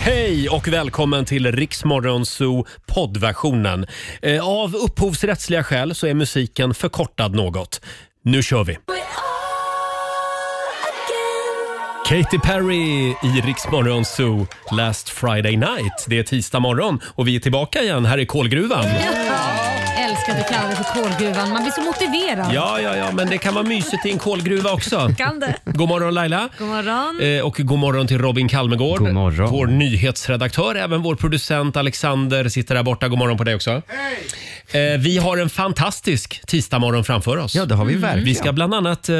Hej och välkommen till Riksmorgon Zoo poddversionen. Eh, Av upphovsrättsliga skäl så är musiken förkortad något. Nu kör vi! Katy Perry i Riksmorgon Zoo Last Friday Night. Det är tisdag morgon och vi är tillbaka igen här i kolgruvan. Älskar att du kallar det för kolgruvan. Man blir så motiverad. Ja, ja, ja, men det kan vara mysigt i en kolgruva också. Kan det. God morgon Laila! God morgon. Eh, Och god morgon till Robin Kalmegård, Mm. God morgon. vår nyhetsredaktör. Även vår producent Alexander sitter där borta. God morgon på dig också. Hej! Vi har en fantastisk tisdagmorgon framför oss. Ja, det har vi Mm. verkligen. Vi ska bland annat eh,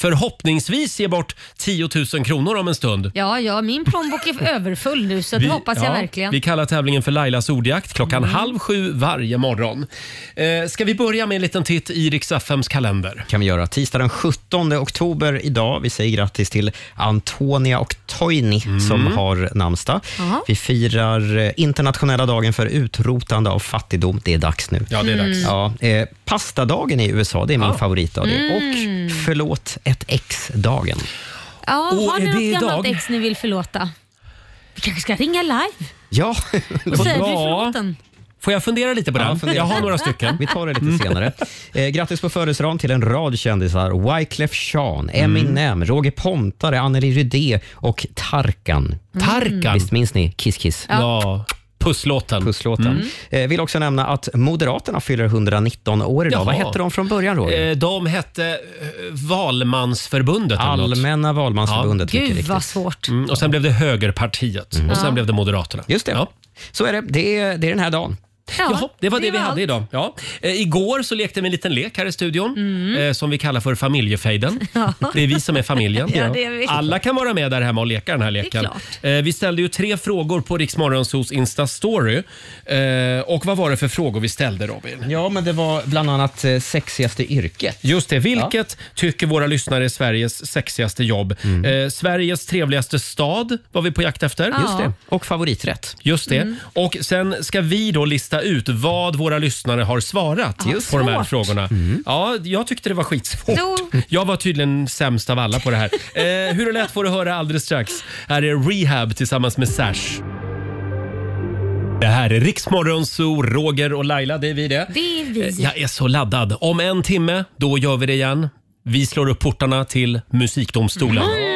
förhoppningsvis ge bort 10 000 kronor om en stund. Ja, ja, min plånbok är överfull nu så det hoppas jag ja, verkligen. Mm. Vi kallar tävlingen för Lailas ordjakt klockan halv sju varje morgon. Eh, ska vi börja med en liten titt i Rix FMs kalender? kan vi göra. Tisdag den 17 oktober idag. Vi säger grattis till Antonia och Toini Mm. som har namnsdag. Jaha. Vi firar eh, internationella dagen för utrotande av fattigdom. Det är dags nu. Ja, det är dags. Ja, eh, pastadagen i USA, det är min Ja. favoritdag. det. Och förlåt ett ex-dagen. Ja, Åh, har är ni det något gammalt idag? ex ni vill förlåta? Vi kanske ska ringa live Ja, och säga att vi Ja. är förlåten. Får jag fundera lite på den? fundera. jag har några stycken. Mm. vi tar det lite senare. Eh, grattis på födelsedagen till en rad kändisar. Wyclef Jean, Mm. Eminem, Roger Pontare, Anneli Rydé och Tarkan. Mm. Tarkan. Visst minns ni Kiss Kiss? Ja, pusslåten. Mm. pusslåten. Eh, vill också nämna att Moderaterna fyller 119 år idag. Jaha. Vad hette de från början, Roger? Eh, De hette eh, Valmansförbundet eller något. Allmänna valmansförbundet. mycket Gud riktigt. vad svårt. Mm, och sen blev det Högerpartiet och sen blev det Moderaterna. Just det. Ja. Så är det. Det är, det är den här dagen. Jaha, det var det, vi var hade allt. idag. Ja. Eh, igår så lekte vi en liten lek här i studion Mm. eh, som vi kallar för familjefejden. Det är vi som är familjen. Ja, det är vi. Alla kan vara med där hemma och leka den här leken. klart. Eh, vi ställde ju tre frågor på Riksmorgonsos Insta-story. Eh, och vad var det för frågor vi ställde Robin? Ja, men det var bland annat eh, sexigaste yrket. Just det. Vilket tycker våra lyssnare är Sveriges sexigaste jobb? Mm. Eh, Sveriges trevligaste stad var vi på jakt efter. Just det. Och favoriträtt. Just Mm. det. Och sen ska vi då lista ut vad våra lyssnare har svarat Just på de här svårt. Mm. frågorna. Ja, jag tyckte det var skitsvårt. Jo. Jag var tydligen sämst av alla på det här. Eh, hur det lät får du höra alldeles strax. Här är Rehab tillsammans med Sash. Det här är Riksmorgon, Zoo, Roger och Laila. Det är vi det. Det är Eh, vi. Jag är så laddad. Om en timme, då gör vi det igen. Vi slår upp portarna till Musikdomstolen. Mm.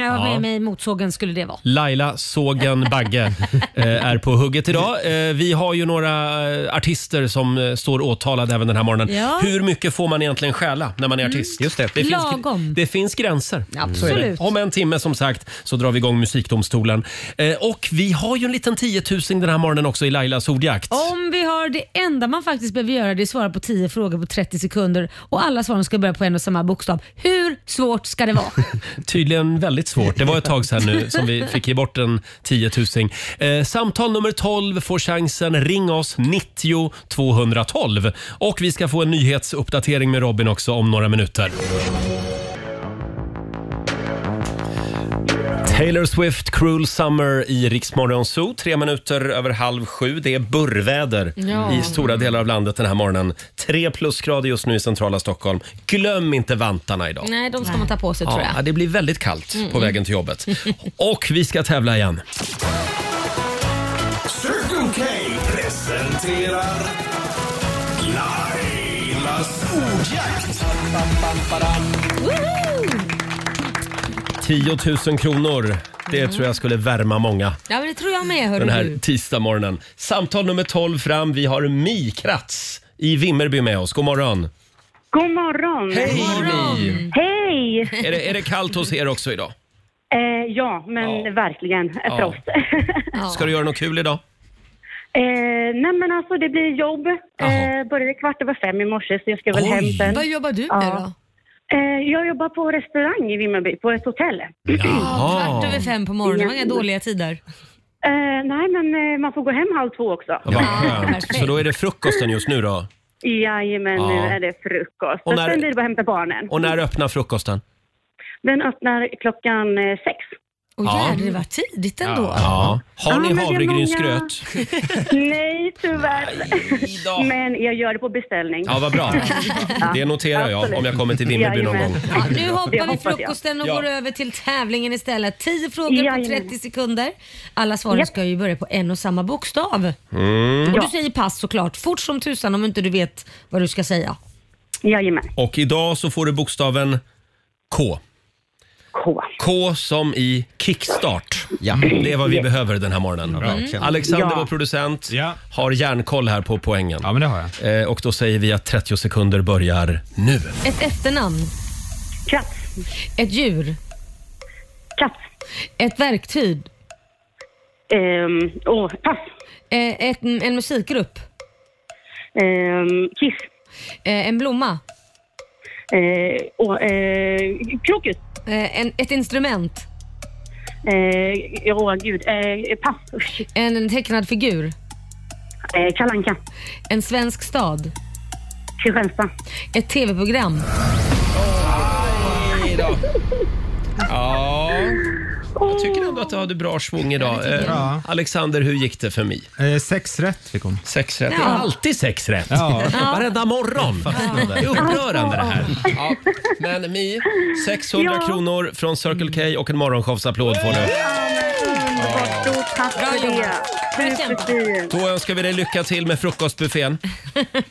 Ja. Med mig i motsågen skulle det vara. Laila Sågen Bagge eh, är på hugget idag. Eh, Vi har ju några eh, artister som eh, står åtalade även den här morgonen. Ja. Hur mycket får man egentligen stjäla när man är artist? Just det. finns- Lagom. det finns gränser. Absolut. Så är det. Om en timme som sagt så drar vi igång Musikdomstolen. Eh, Och vi har ju en liten tiotusing den här morgonen också i Lailas ordjakt. Om vi har det enda man faktiskt behöver göra det är att svara på 10 frågor på 30 sekunder och alla svaren ska börja på en och samma bokstav. Hur svårt ska det vara? Tydligen väldigt svårt. Det var ett tag sedan nu som vi fick ge bort en tiotusing. Eh, samtal nummer 12 får chansen. Ring oss 90 212. Och vi ska få en nyhetsuppdatering med Robin också om några minuter. Taylor Swift, Cruel Summer i Riksmorgon Zoo. Tre minuter över halv sju. Det är burrväder Ja. i stora delar av landet den här morgonen. Tre plusgrader just nu i centrala Stockholm. Glöm inte vantarna idag. Nej, de ska man ta på sig tror jag. Mm. Ja, det blir väldigt kallt på vägen till jobbet. Och vi ska tävla igen. Circle K presenterar Lailas ordjakt. 10 000 kronor. Det tror jag skulle värma många Ja, men det tror jag med hörru den här du. tisdagmorgonen. Samtal nummer 12 fram. Vi har Mi Kratz i Vimmerby med oss. God morgon. God morgon! Hej Mi! Hej! Är det, är det kallt hos er också idag? Eh, ja, men Ja. verkligen. eh, Ja. Frost. Ja. Ska du göra något kul idag? eh, nej, men alltså det blir jobb. Jaha. Eh, började kvart över fem i morse, så jag ska väl Oj. hem sen. Vad jobbar du med Ja. då? Eh, jag jobbar på restaurang i Vimmerby, på ett hotell. Ja, Jaha. kvart över fem på morgonen, det var inga dåliga tider. Eh, nej, men eh, man får gå hem halv två också. Vad skönt. perfekt. Så då är det frukosten just nu då? Jajamän, Ja. nu är det frukost. Och Och när- Sen blir det bara att hämta barnen. Och när öppnar frukosten? Den öppnar klockan eh, sex. Och Ja. jädrar, det var tidigt ändå. Ja. Har Ja, ni men det är havregrynsgröt? Nej, tyvärr. Nej då. Men jag gör det på beställning. Ja, vad bra. Det noterar jag Absolut. om jag kommer till Vimmerby någon gång. Jajamän. Ja, nu Det hoppar vi hoppas jag. frukosten och Ja. går över till tävlingen istället. 10 frågor på Jajamän. 30 sekunder. Alla svaren Japp. ska ju börja på en och samma bokstav. Mm. Och du Ja. säger pass såklart, fort som tusan om inte du vet vad du ska säga. Jajamän. Och idag så får du bokstaven K. K. K som i kickstart. Ja. Det är vad vi behöver den här morgonen. Mm. verkligen. Alexander, Ja. vår producent, Ja. har järnkoll här på poängen. Ja, men det har jag. Eh, Och då säger vi att 30 sekunder börjar nu. Ett efternamn, Katt. ett djur, Katt. ett verktyg, Ehm, åh, pass. eh, ett, en musikgrupp, Ehm, kiss. eh, en blomma, Ehm, åh, eh, krokus. eh, en, ett instrument, Ehm, åh, gud. Ehm, pass. Usch. en tecknad figur, Ehm, Kalle Anka. en svensk stad, Kristianstad. ett tv-program. Ja, jag tycker ändå att du hade bra svung idag. Eh, Alexander, hur gick det för mig? Eh, sex rätt fick hon. Sex rätt. Det Ja. är alltid sex rätt. Ja. Varenda morgon. Det är upprörande det här. Ja. Men Mi, 600 Ja. kronor från Circle K och en morgonshowsapplåd får du. Underbart. Stort tack för Bra det. jobbat. Bra kämpat. Superfint. Då önskar vi dig lycka till med frukostbuffén.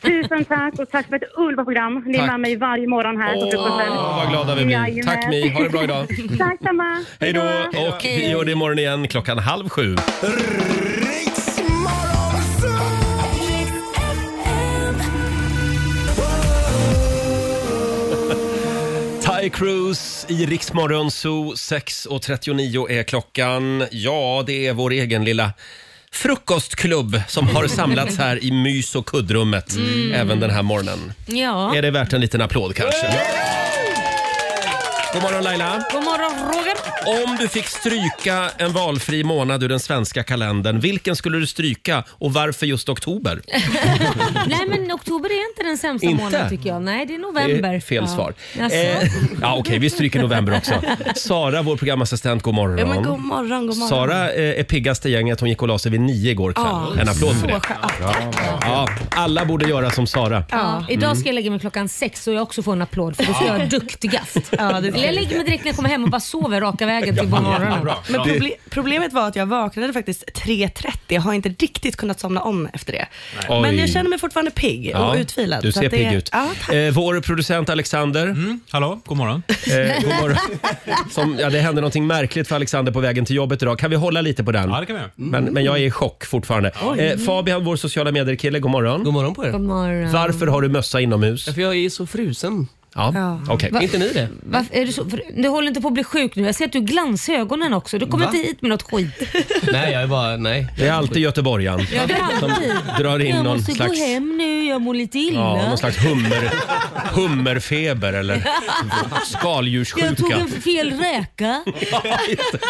Tusen tack och tack för ett underbart program. Ni är Tack. med mig varje morgon här på frukosten. Åh, vad glada vi blir. Jajamän. Tack Mi, ha det bra idag. Tack samma. Hej då! Och vi gör det imorgon igen klockan halv sju. Riks Morgonzoo! Ty Cruz i Riksmorgon Zoo. 6.39 är klockan. Ja, det är vår egen lilla frukostklubb som har samlats här i mys och kuddrummet även den här morgonen. Ja. Är det värt en liten applåd kanske? God morgon Laila! God morgon Roger! Om du fick stryka en valfri månad ur den svenska kalendern, vilken skulle du stryka och varför just oktober? Nej men oktober är inte den sämsta Inte? månaden tycker jag. Nej det är Det november. är fel ja. svar. Jaså? Eh, ja, Okej, vi stryker november också. Sara, vår programassistent, god morgon. Ja, men god morgon, god morgon. Sara eh, är piggast i gänget. Hon gick och la sig vid nio igår kväll. Ja, en applåd för det. Så skönt. Ja, alla borde göra som Sara. Mm. Ja, idag ska jag lägga mig klockan sex och jag också får en applåd för då ska jag vara duktigast. Ja, det Eller jag lägger mig direkt när jag kommer hem och bara sover raka vägen till på morgonen. Men proble- problemet var att jag vaknade faktiskt 3.30. Jag har inte riktigt kunnat somna om efter det. Oj. Men jag känner mig fortfarande pigg Ja, och utvilad. Du så ser att det- pigg ut. Ja, tack. eh, vår producent Alexander, Mm, hallå, god morgon. eh, god morgon. Som, ja, det hände någonting märkligt för Alexander på vägen till jobbet idag. Kan vi hålla lite på den? Mm. Ja, det kan vi göra. Men, men jag är i chock fortfarande. Eh, Fabian, vår sociala medier-kille, god morgon. God morgon på er. God morgon. Varför har du mössa inomhus? För jag är så frusen. Ja, okej. Är inte ni det? Varför är du, så, för, du håller inte på att bli sjuk nu. Jag ser att du glansar i ögonen också. Du kommer Va? inte hit med något skit. Nej, jag är bara... Nej. Det är alltid göteborgaren Ja, det är som alltid. drar in Jag någon måste slags, gå hem nu, jag mår lite ja, illa. någon slags hummer, hummerfeber eller jag tog skaldjurssjuka. en fel räka.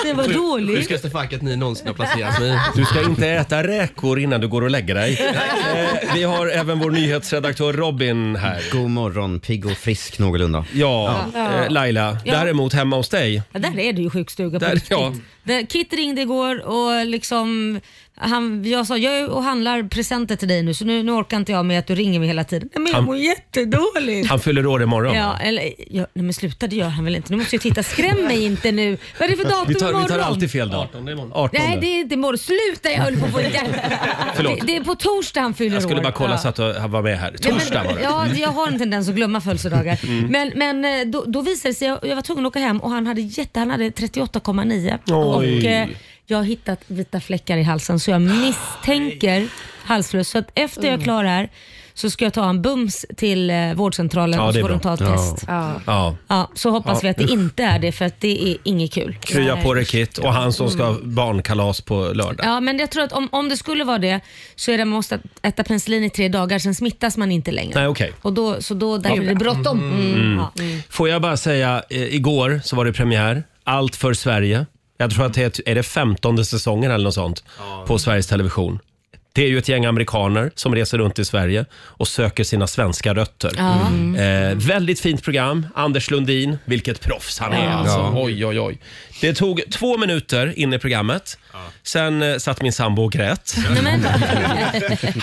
Det var Det dåligt. sjukaste facket ni någonsin har placerats i. Du ska inte äta räkor innan du går och lägger dig. Eh, vi har även vår nyhetsredaktör Robin här. God morgon, pigg och frisk någorlunda. Ja, eh, Laila. Ja. Däremot hemma hos dig. Ja, där är det ju sjukstuga på Där, riktigt. ja. Där, Kit ringde igår och liksom, han, jag sa jag är och handlar presenter till dig nu så nu, nu orkar inte jag med att du ringer mig hela tiden. Nej, men jag mår jättedåligt. Han fyller år imorgon. Ja, eller, ja, nej men sluta det gör han väl inte. Nu måste jag titta. Skräm mig inte nu. Vad är det för datum Vi tar, imorgon? vi tar alltid fel dag. 18. Nej det är inte imorgon. Sluta jag höll på att få Förlåt. det, det är på torsdag han fyller Jag skulle år. bara kolla Ja. så att han var med här. Ja, men- Torsdag var det. Mm. Ja, jag har en tendens att glömma födelsedagar. Men, men eh, då, då visade det sig, jag, jag var tvungen att åka hem och han hade, jätte, han hade 38,9. Och Oj. eh, jag har hittat vita fläckar i halsen så jag misstänker halsfluss. Så att efter Mm. jag är klar här så ska jag ta en bums till eh, vårdcentralen Ja, det och så är får de ta bra. ett test. Ja. Ja. så hoppas vi att det inte är det för att det är inget kul. Krya på dig Kit och han som ska ha Mm. barnkalas på lördag. Ja, men jag tror att om, om det skulle vara det så är det man måste äta penicillin i tre dagar, sen smittas man inte längre. Nej, okej. Och då, så då där är det bråttom. Mm. Ja. Får jag bara säga, eh, igår så var det premiär, Allt för Sverige. Jag tror att det är, är det 15 säsongen eller något sånt på Sveriges Television. Det är ju ett gäng amerikaner som reser runt i Sverige och söker sina svenska rötter. Ja. Mm. Eh, väldigt fint program. Anders Lundin, vilket proffs han är. Alltså. Oj, oj, oj. Det tog två minuter in i programmet. Sen eh, satt min sambo och grät. Nej, men,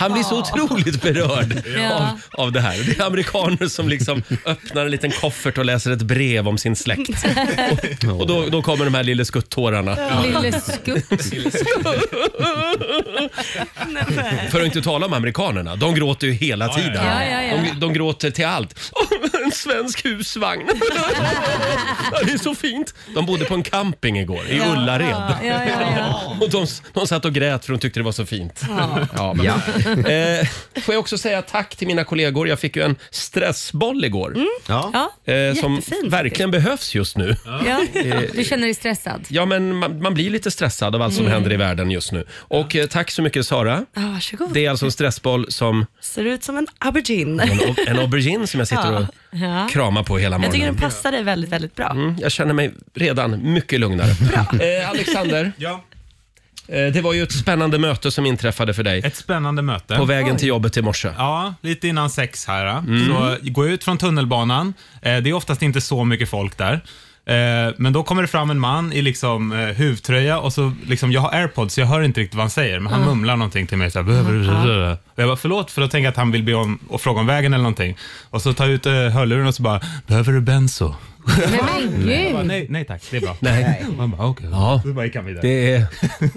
Han blir så otroligt berörd Ja. av, av det här. Det är amerikaner som liksom öppnar en liten koffert och läser ett brev om sin släkt. Och, och då, då kommer de här lille skuttårarna. lille skutt. För att inte tala om amerikanerna. De gråter ju hela tiden. Ja, ja, ja. De, de gråter till allt. En svensk husvagn. Ja, Det är så fint. De bodde på en camping igår i Ullared. Ja, ja, ja. Och de, de satt och grät för de tyckte det var så fint. Ja. Ja. Eh, får jag också säga tack till mina kollegor. Jag fick ju en stressboll igår. Ja. Mm. Ja, eh, som jättefint verkligen behövs just nu. ja. Eh, Du känner dig stressad? Ja, men man, man blir lite stressad av allt Mm. som händer i världen just nu. Och eh, tack så mycket Sara. Ja, varsågod. Det är alltså en stressboll som Ser ut som en aubergine. en, au- en aubergine som jag sitter och Ja. kramar på hela Jag tycker den morgonen. passar dig väldigt, väldigt bra. Mm, Jag känner mig redan mycket lugnare. Eh, Alexander, Ja. eh, det var ju ett spännande möte som inträffade för dig Ett spännande möte. på vägen till Mm. jobbet i morse. Ja, lite innan sex här. ja. Så gå ut från tunnelbanan. Eh, Det är oftast inte så mycket folk där. Eh, Men då kommer det fram en man i liksom eh, huvtröja och så liksom, jag har airpods så jag hör inte riktigt vad han säger men han Mm. mumlar någonting till mig så här, "Blablabla." och jag bara förlåt för då tänker jag att han vill be om och fråga om vägen eller någonting och så tar jag ut eh, hörluren och så bara behöver du benzo? Men, men Jag bara, gud! nej, nej tack, det är bra. Nej. Och Han bara okej. Ja. Då bara gick han vidare. Det är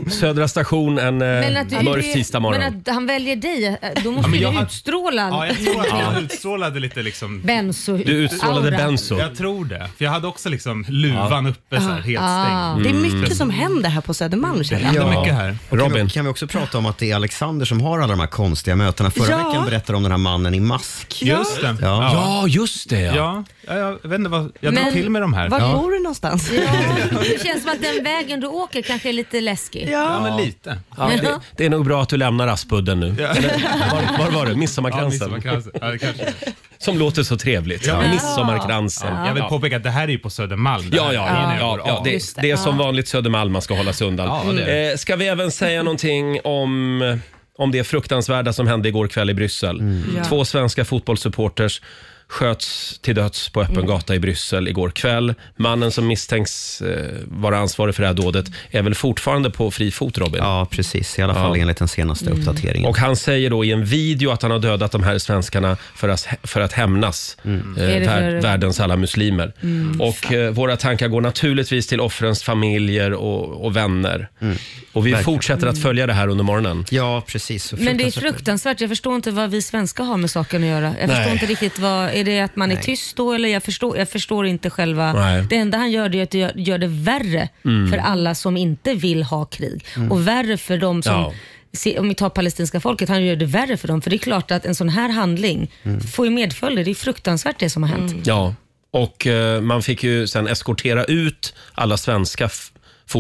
Södra station en Men eh, att, du, mörk tisdag morgon. men att han väljer dig, eh, då måste men jag du har- utstråla Ja, jag tror att jag utstrålade lite liksom benzo Du utstrålade aura. benzo. Jag tror det. För jag hade också liksom luvan uppe så här, helt stängd. Mm. Det är mycket som händer här på Södermalm känner jag. Det är Ja. mycket här. Och Kan Robin. vi, kan vi också prata om att det är Alexander som har alla de här konstiga mötena? Förra Ja. veckan berättade om den här mannen i mask. Just det. Ja. Ja. Ja, just det ja. Ja. ja, jag vet inte vad... Jag Men- drar till med de här. Var Ja, bor du någonstans? Ja, det känns som att den vägen du åker kanske är lite läskig. ja men lite. Ja, det, det är nog bra att du lämnar Aspudden nu. Eller, var, var var det? Ja, Midsommarkransen? midsommarkransen. Ja, det kanske. Som låter så trevligt. Ja. Midsommarkransen. Jag vill påpeka att det här är ju på Södermalm. Ja, ja, ja, Innan jag ja, går ja. av. Det, Just det. det är som vanligt Södermalm man ska hålla sig undan. Ja, det är Eh, ska vi även säga någonting om, om det fruktansvärda som hände igår kväll i Bryssel? Mm. Ja. Två svenska fotbollssupporters sköts till döds på Mm. öppen gata i Bryssel igår kväll. Mannen som misstänks eh, vara ansvarig för det här dådet är väl fortfarande på fri fot, Robin? ja, precis. I alla fall enligt den senaste Mm. uppdateringen. Och han säger då i en video att han har dödat de här svenskarna för att, för att hämnas Mm. eh, Är det vär, för- världens alla muslimer. och eh, våra tankar går naturligtvis till offrens familjer och, och vänner. Och vi fortsätter att följa det här under morgonen. Mm. Ja, precis. Så Men det är fruktansvärt- fruktansvärt. Jag förstår inte vad vi svenskar har med saken att göra. Jag förstår inte riktigt vad, är det att man är tyst då eller jag förstår, jag förstår inte själva. Nej. Det enda han gör det är att det gör, gör det värre för alla som inte vill ha krig och värre för de som Ja. se- Om vi tar palestinska folket, han gör det värre för dem. För det är klart att en sån här handling får ju medföljder. Det är fruktansvärt det som har hänt. Ja. Och eh, man fick ju sen eskortera ut alla svenska f-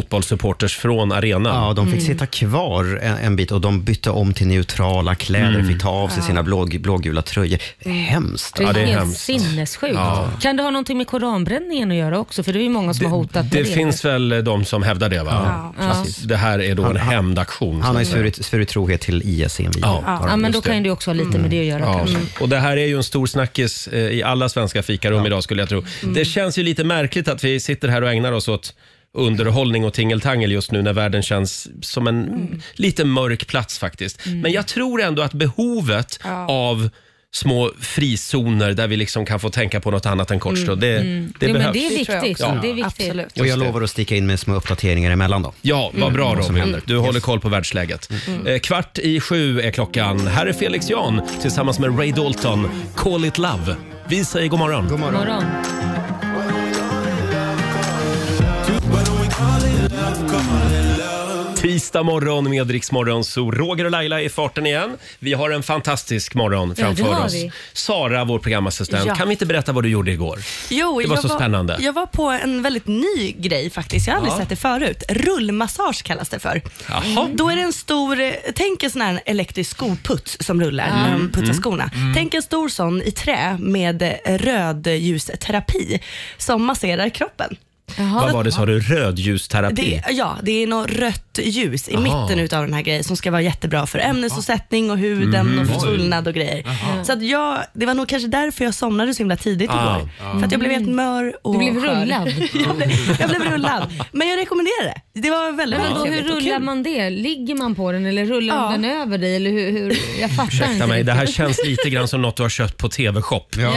fotbollssupporters från arenan. Ja, de Mm. fick sitta kvar en, en bit och de bytte om till neutrala kläder, fick ta av sig sina blåg, blågula tröjor. Hemskt. Det är, Ja, det är helt hemskt. sinnessjukt. Kan det ha någonting med koranbränningen att göra också? För det är ju många som har hotat med Det finns väl eh, de som hävdar det, va? Ja. Att Det här är då en hämndaktion. Han har ju svurit, svurit trohet till IS i E en video. Ja. Ja, men då Just det. kan ju det också ha lite med det att göra. Ja. kanske. Mm. Och det här är ju en stor snackis eh, i alla svenska fikarum idag skulle jag tro. Mm. Det känns ju lite märkligt att vi sitter här och ägnar oss åt underhållning och tingeltangel just nu när världen känns som en Mm. lite mörk plats faktiskt. Men jag tror ändå att behovet av små frizoner där vi liksom kan få tänka på något annat än kortstånd, det, det Mm. jo, men behövs. det är Det tror jag viktigt. också. Det är viktigt. Absolut. Och jag lovar att sticka in med små uppdateringar emellan då. Ja, vad bra som Robin. händer. Du håller koll på världsläget. Eh, kvart i sju är klockan. Här är Felix Jan tillsammans med Ray Dalton. Call it love. Vi säger god morgon. God morgon. Tisdag morgon med Rix Morgon, så Roger och Laila är i farten igen. Vi har en fantastisk morgon Ja, framför det har oss. vi. Sara, vår programassistent, Ja. kan vi inte berätta vad du gjorde igår? Jo, Det var jag så spännande. Jag var på en väldigt ny grej faktiskt. Jag har aldrig sett det förut. Rullmassage kallas det för. Jaha. Då är det en stor, eh, tänk en sån här elektrisk skoputs som rullar Mm. när de putsar skorna. Tänk en stor sån i trä med eh, rödljusterapi som masserar kroppen. Vad var det sa du? Rödljusterapi? Det, ja, det är något rött ljus i Aha. mitten utav den här grejen som ska vara jättebra för ämnesomsättning och huden Mm. och svullnad och grejer. Så att jag, det var nog kanske därför jag somnade så himla tidigt Ah. igår. För att jag blev helt mör och Mm. Du blev skör. rullad. Mm. jag, blev, jag blev rullad. Men jag rekommenderar det. Det var väldigt, Men väldigt då, hur trevligt och rullar kul. man det? Ligger man på den eller rullar Ja. den över dig? Eller hur, hur? Jag fattar Ursäkta inte. mig, det riktigt. här känns lite grann som något du har köpt på TV-shop. Ja.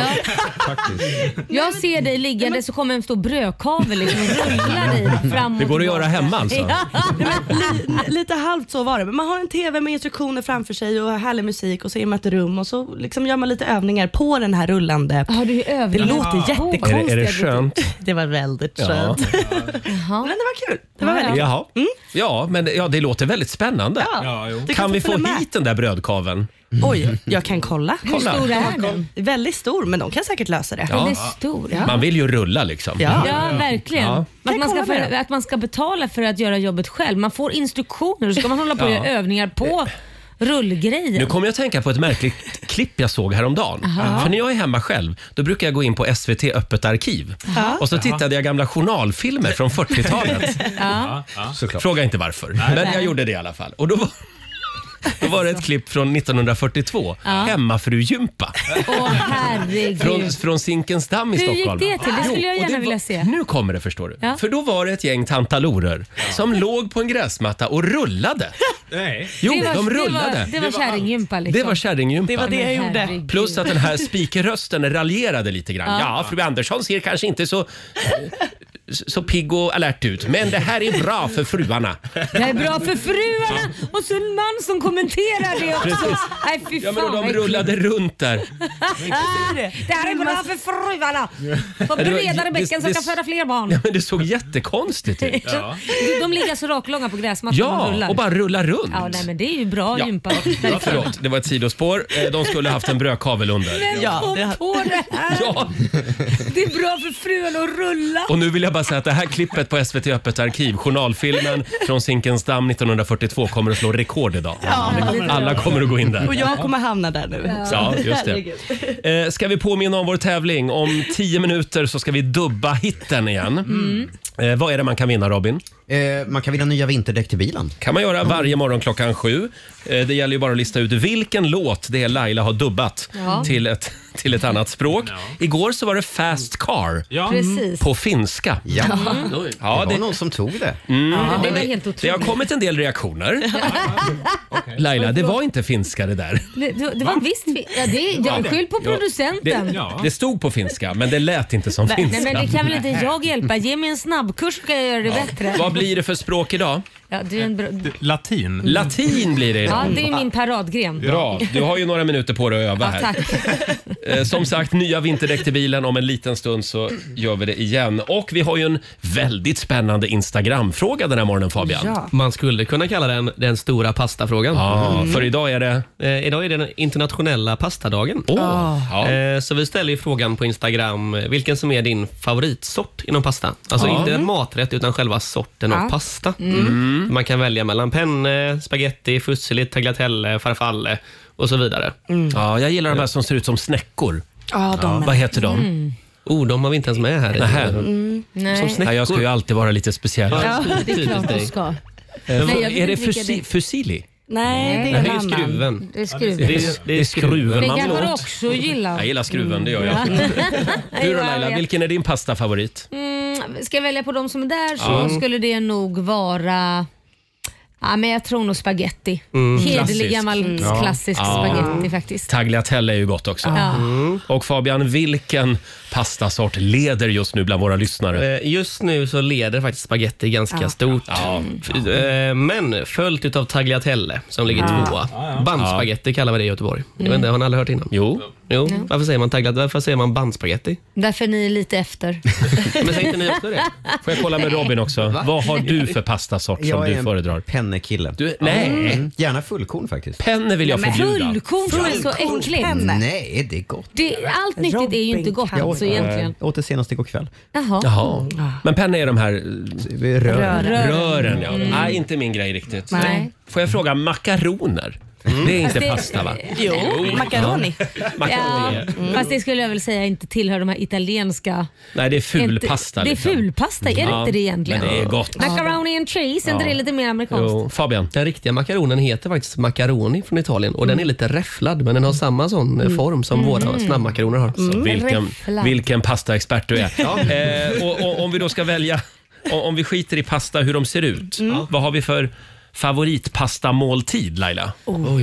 faktiskt. Jag ser dig liggande så kommer en stor brödkavel liksom och rullar dig fram och Det går att göra tillbaka. hemma alltså. Ja. Li- Lite halvt så var det. Men man har en TV med instruktioner framför sig och härlig musik och så är man ett rum och så liksom gör man lite övningar på den här rullande. Har du Det överlevt? låter jättekonstigt. Är det, är det skönt? Det var väldigt Ja. skönt. Jaha. Men det var kul. Det var Ja, Mm. väldigt kul. Jaha. Ja, men ja, det låter väldigt spännande. Ja, jo. Du Kan vi få följa med. hit den där brödkaveln? Oj, jag kan kolla. Hur stor är den? Väldigt stor, men de kan säkert lösa det. Den Ja. är stor. Ja, Man vill ju rulla liksom. Ja. ja verkligen. Ja. Att, man ska kolla med för, det. att man ska betala för att göra jobbet själv. Man får instruktioner och så ska man hålla på och Ja. göra övningar på Nu rullgrejen. kommer jag att tänka på ett märkligt klipp jag såg häromdagen. För när jag är hemma själv, då brukar jag gå in på SVT Öppet arkiv. Och så tittade jag gamla journalfilmer från 40-talet. Ja. Såklart. Fråga inte varför, men jag gjorde det i alla fall. Och då var, då var det ett klipp från 1942, Hemmafrugympa. Åh herregud. Från, från Zinkensdamm i Hur gick Stockholm. det till? Det skulle Jo, jag och gärna var- vilja se. Nu kommer det förstår du. Ja. För då var det ett gäng tantalorer som låg på en gräsmatta och rullade. Nej. Jo, det var, de Det rullade. var, det var kärringgympa liksom. Det var kärringgympa. Det var det jag gjorde. Plus att den här spikerrösten raljerade lite grann. Ja. fru Andersson ser kanske inte så, så pigg och alert ut, men det här är bra för fruarna. Det här är bra för fruarna och så en man som kommenterar det också. Nej fy Ja, men och fan, vad de äckligt. rullade runt där. Det här är bra för fruarna. Få det var- bredare det- bäcken som det- kan föda fler barn. Ja, men det såg jättekonstigt ut. De- De ligger så raklånga på gräsmattan och Ja, rullar. och bara rulla runt. Ja, nej, men det är ju bra Ja. gympa. Ja, förlåt, det var ett sidospår. Eh, De skulle haft en brödkavel under. Ja, Kom det, på det här! Ja, Det är bra för fruarna att rulla. och nu vill jag bara säga att det här klippet på SVT Öppet arkiv, journalfilmen från Zinkensdamm 1942 kommer att slå rekord idag. Alla kommer att gå in där. och jag kommer hamna där nu. Ja, just Herregud. det. Eh, ska vi påminna om vår tävling? Om tio minuter så ska vi dubba hitten igen. Mm. Eh, vad är det man kan vinna Robin? Eh, man kan vinna nya vinterdäck till bilen. Mm. kan man göra varje morgon klockan sju. Eh, det gäller ju bara att lista ut vilken låt det är Laila har dubbat Ja. till, ett, till ett annat språk. Igår så var det Fast Car Ja. Mm. Mm. Precis. på finska. Ja. Ja, det var det, Mm. någon som tog det. det var helt det har otroligt. kommit en del reaktioner. Laila, det var inte finska det där. Det, det, det var visst vi- ja, det, Jag skyll på producenten. Det, det stod på finska, men det lät inte som finska. Nej men det kan väl inte jag hjälpa? Ge mig en snabbkurs så kan jag göra det bättre. Vad blir det för språk idag? Ja, det, är en bra, Latin. Latin blir det ja, idag. det är min paradgren. Bra, du har ju några minuter på dig att öva Ja, här. tack. Eh, Som sagt, nya vinterdäck till bilen. Om en liten stund så gör vi det igen. Och vi har ju en väldigt spännande Instagram-fråga den här morgonen Fabian. Ja. Man skulle kunna kalla den den stora pastafrågan. För idag är det... Eh, idag är det den internationella pastadagen. Åh! Ja. Eh, Så vi ställer ju frågan på Instagram eh, vilken som är din favoritsort inom pasta. Alltså Ja. inte en maträtt utan själva sorten av pasta. Mm. Mm. Mm. Mm. Man kan välja mellan penne, spaghetti, fusilli, tagliatelle, farfalle och så vidare. Mm. ja, jag gillar de här som ser ut som snäckor. Ja, de Vad heter de? Oh, de har vi inte ens med här. Mm. Nähä. Som Mm. Nej. Nej, Mm. jag ska ju alltid vara lite speciell. Ja, Det är klart du ska. Eh, Nej, jag vet är det inte vilka fusi- det- fusili? Nej, det Det är här är ju en annan. skruven. Det är Det skruven. är, det Det är är skruven skruven. Det man vill kanske du åt. också Mm. gillar. Jag gillar skruven, det gör jag. Du då Laila, vilken är din pastafavorit? Mm, ska jag välja på de som är där så skulle det nog vara Ja, men jag tror nog spagetti. Mm. Hederlig Klassisk. gammal klassisk spagetti faktiskt. Tagliatelle är ju gott också. Mm. Ja. Och Fabian, vilken pastasort leder just nu bland våra lyssnare? Eh, Just nu så leder faktiskt spaghetti ganska stort. F- eh, Men följt utav tagliatelle som ligger Mm. tvåa. Bandspaghetti kallar vi det i Göteborg. Jag vet inte, har ni aldrig hört innan? Jo. Jo, varför säger man tagliatelle? Varför säger man bandspaghetti? Därför ni är lite efter. Men säger inte ni också det? Får jag kolla med Robin också? Vad har du för pastasort som Jag är du en föredrar? Pennekille. Du, nej, Mm. Gärna fullkorn faktiskt. penne vill jag förbjuda. Fullkorn tror jag är så äckligt. Nej, det är gott. Det, allt nyttigt är ju inte gott Jag åt- alltså egentligen. Jag åt det senast igår kväll. Jaha. Jaha. Men penne är de här Rör. rören. Ja. Nej, inte min grej riktigt. Mm. Nej. Mm. Får jag fråga, makaroner? Det är inte Fast det- pasta va? Jo, macaroni. Ja, Mm. fast det skulle jag väl säga inte tillhör de här italienska... Mm. Nej, det är inte- fulpasta. Det är liksom. fulpasta, är det Ja, inte det egentligen? men det är gott. Macaroni and cheese, är inte det lite mer amerikanskt? Jo, Fabian. Den riktiga makaronen heter faktiskt macaroni från Italien och den Mm. är lite räfflad men den har samma sån eh, form som våra snabbmakaroner har. Vilken, Mm. räfflad. vilken pastaexpert du är. Eh, och, och, om vi då ska välja, o- om vi skiter i pasta, hur de ser ut. Mm. Vad har vi för favoritpastamåltid Laila? Oh.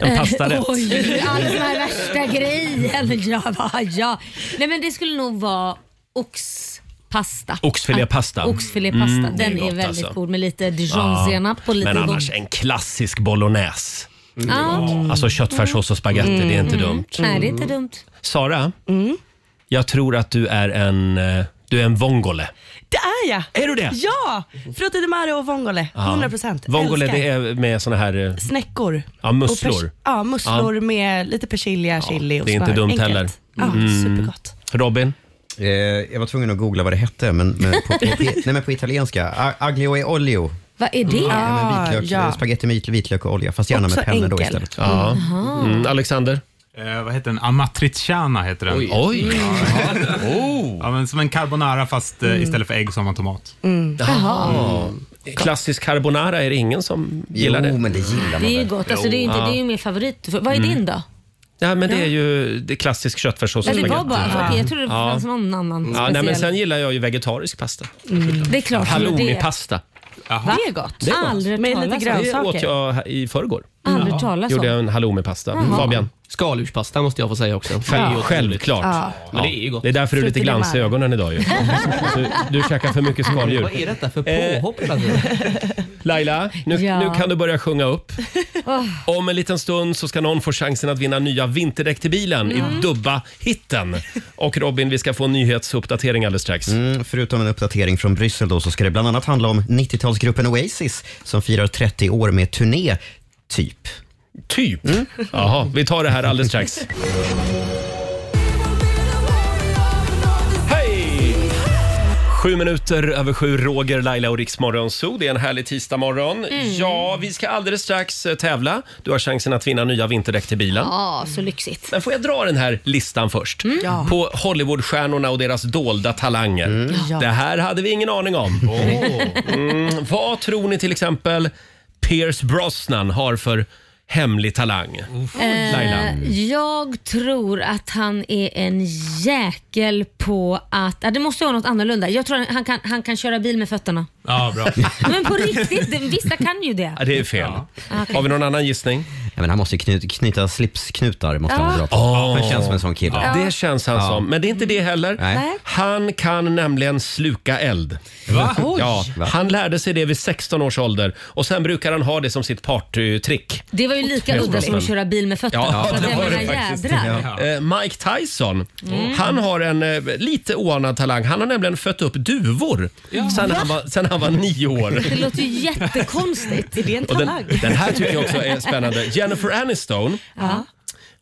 En pastarätt. Eh, Oj, alla de här värsta grejen. Ja, va, ja. Nej men det skulle nog vara oxpasta. Oxfilépasta. Oxfilépasta, det är den är, gott, väldigt alltså. god med lite dijonsenap och lite Men annars gott. en klassisk bolognese. Ja. Mm. Alltså köttfärssås och spagetti, det är inte dumt. Nej, det är inte dumt. Sara, Mm. jag tror att du är en, eh, du är en vongole. Det är jag! Är du det? Ja! Frutti di mare och vongole. 100 procent. Vongole det är med såna här... eh, Snäckor. Ja, musslor. Och pers- ja, musslor med lite persilja, chili och det är inte smör. dumt Enkelt. heller. Mm. Ja, supergott. Robin? Eh, jag var tvungen att googla vad det hette, men, men, på, på, nej, men på italienska. A- Aglio e olio. Vad är det? Mm. Ja, men Ah, vitlök, ja. Spagetti med vitlök och olja, fast gärna Också med pennor då enkel. istället. Ja. Mm, Alexander? Eh, vad heter den? Amatriciana heter den. Oj! Oh. Ja, men som en carbonara fast Mm. eh, istället för ägg så har man tomat. Mm. Klassisk carbonara är det ingen som gillar jo, det. men det gillar Det man är väl? ju gott. Alltså, det är ju inte, det är ju min favorit. Vad Mm. är din då? Ja, men det är ju det är klassisk köttfärssås och Ja, det var spagetti. bara, okej, jag trodde det fanns någon annan Ja, speciell. Mm. nej, men sen gillar jag ju vegetarisk pasta. Det är klart. Halloumipasta. Va? Det är gott. är gott. Aldrig Med talas lite om. grön- Ah. Det Grönsaker. åt jag här i förrgår. Aldrig talas Gjorde om. jag en halloumipasta. Fabian? Skaldjurspasta måste jag få säga också. Själv, självklart. Ja. Men det är ju gott. Det är därför du är lite Frutti di glans i mare. ögonen idag ju. Du, du käkar för mycket skaldjur. Vad är detta för Eh, påhopp hela tiden? Laila, nu, Ja. nu kan du börja sjunga upp. Om en liten stund så ska någon få chansen att vinna nya vinterdäck till bilen i Dubba-hitten. Och Robin, vi ska få en nyhetsuppdatering alldeles strax. Mm, förutom en uppdatering från Bryssel då, så ska det bland annat handla om 90-talsgruppen Oasis som firar 30 år med turné, typ. Mm. Typ. Jaha, vi tar det här alldeles strax. Hej! Sju minuter över sju, Roger, Laila och Riksmorgon Zoo. Det är en härlig tisdagmorgon. Ja, vi ska alldeles strax eh, tävla. Du har chansen att vinna nya vinterdäck till bilen. Ja, så lyxigt. Men får jag dra den här listan först? På Hollywoodstjärnorna och deras dolda talanger. Det här hade vi ingen aning om. Mm, vad tror ni till exempel Pierce Brosnan har för hemlig talang? Eh, Laila? Eh, Jag tror att han är en jäkel på att... Ja, det måste ju vara något annorlunda. Jag tror att han kan, han kan köra bil med fötterna. Ja, bra. Men på riktigt, det- vissa kan ju det. Ja, det är fel. Ah, Har vi någon annan gissning? Ja, men han måste ju kny- knyta slipsknutar, måste Ah. han vara bra på. Han känns som en sån kille. Ah. Det känns han som, men det är inte det heller. Nej. Han kan nämligen sluka eld. Va? Ja, han lärde sig det vid 16 års ålder och sen brukar han ha det som sitt partytrick. Det var ju lika udda som att köra bil med fötterna. Ja, Så att det jag var det menar, faktiskt. jädrar. Eh, Mike Tyson, Mm. han har en eh, lite oanad talang. Han har nämligen fött upp duvor sen, han var, sen han var nio år. Det låter ju jättekonstigt. Är det en Och den, talang? den här tycker jag också är spännande. Jennifer Aniston,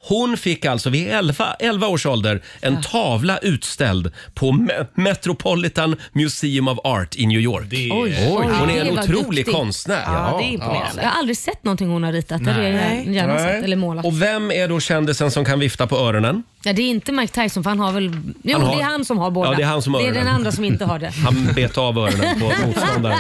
hon fick alltså vid 11, 11 års ålder en tavla utställd på Me- Metropolitan Museum of Art i New York. Oj, Hon är det en var otrolig duktig. konstnär. Ja, det är imponerande. Jag har aldrig sett någonting hon har ritat. Det är jag gärna sett, eller målat. Och vem är då kändisen som kan vifta på öronen? Ja, det är inte Mike Tyson för han har väl... Jo, Han har- det är han som har båda. Ja, det är han som har det är den öronen. andra som inte har det. Han bet av öronen på motståndaren.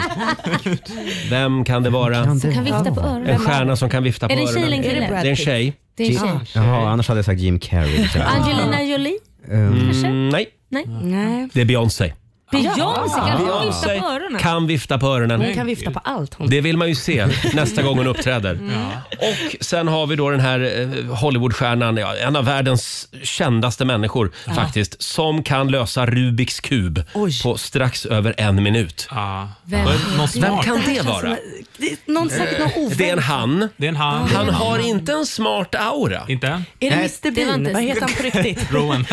Vem kan det vara? Som kan vifta på öronen. En stjärna som kan vifta på Är det en öronen. tjej eller en kille? Det är en tjej. Det är en tjej. Jaha, annars hade jag sagt Jim Carrey. Angelina Jolie? Kanske? Mm, nej, Nej. Nej. det är Beyoncé. Beyoncé? Kan hon vifta Beyoncé på öronen? kan vifta på öronen. Hon kan vifta på allt. Hon. Det vill man ju se nästa gång hon uppträder. Och sen har vi då den här eh, Hollywoodstjärnan, ja, en av världens kändaste människor faktiskt, som kan lösa Rubiks kub på strax över en minut. Ja. Vem? Vad- Någon Vem smart. kan det vara? Det är någon sagt något oväntat. Det är en han. Det är en han. Han har inte en smart aura. Inte? Är det Mr det var Bean? inte- Vad heter han på riktigt? Rowan.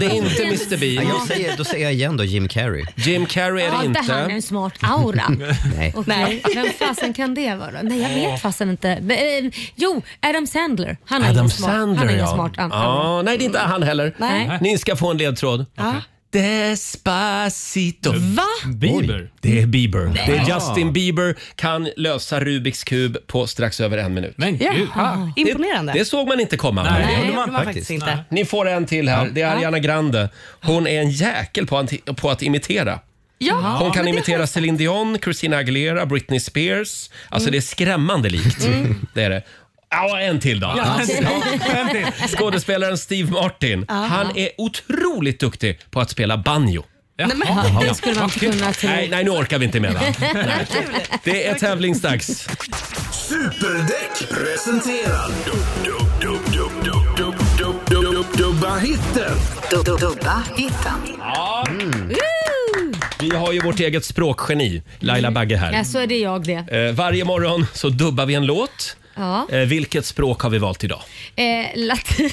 Det är inte Mr Bean. Jag säger, då säger jag igen då Jim Carrey. Jim Carrey är Har det inte han inte. en smart aura? Nej. Okej, Nej. Vem fasen kan det vara? Nej, jag vet fasen inte. Men, eh, jo, Adam Sandler. Han har Adam ingen smart, han Sandler har ingen ja. smart an- aura. ja. Nej, det är inte han heller. Nej. Ni ska få en ledtråd. Eh, Despacito. Va? Bieber. Det är Bieber. Det är Justin Bieber kan lösa Rubiks kub på strax över en minut. Men gud. Jaha, imponerande. Det, det såg man inte komma. Nej. Nej, gjorde det man gjorde man faktiskt. faktiskt inte. Ni får en till här. Det är Ariana Grande. Hon är en jäkel på att, på att imitera. Ja, Hon kan men det- imitera Celine Dion, Christina Aguilera, Britney Spears. Alltså det är skrämmande likt. Det är det. Ja, en till då. Skådespelaren Steve Martin. Han är otroligt duktig på att spela banjo. Nej, men, det skulle man inte kunna tro. Nej, nej, nu orkar vi inte med va? Nej. Det är tävlingsdags. Superdäck presenterar dub, dub, dub, dub, dub, dub, dub, dub, dub, Dubba hitten. Du- Dubba hitten. Mm. Vi har ju vårt eget språkgeni, Mm. Laila Bagge här. Ja, så är det jag det. Eh, varje morgon så dubbar vi en låt. Ja. Eh, vilket språk har vi valt idag? Eh, latin.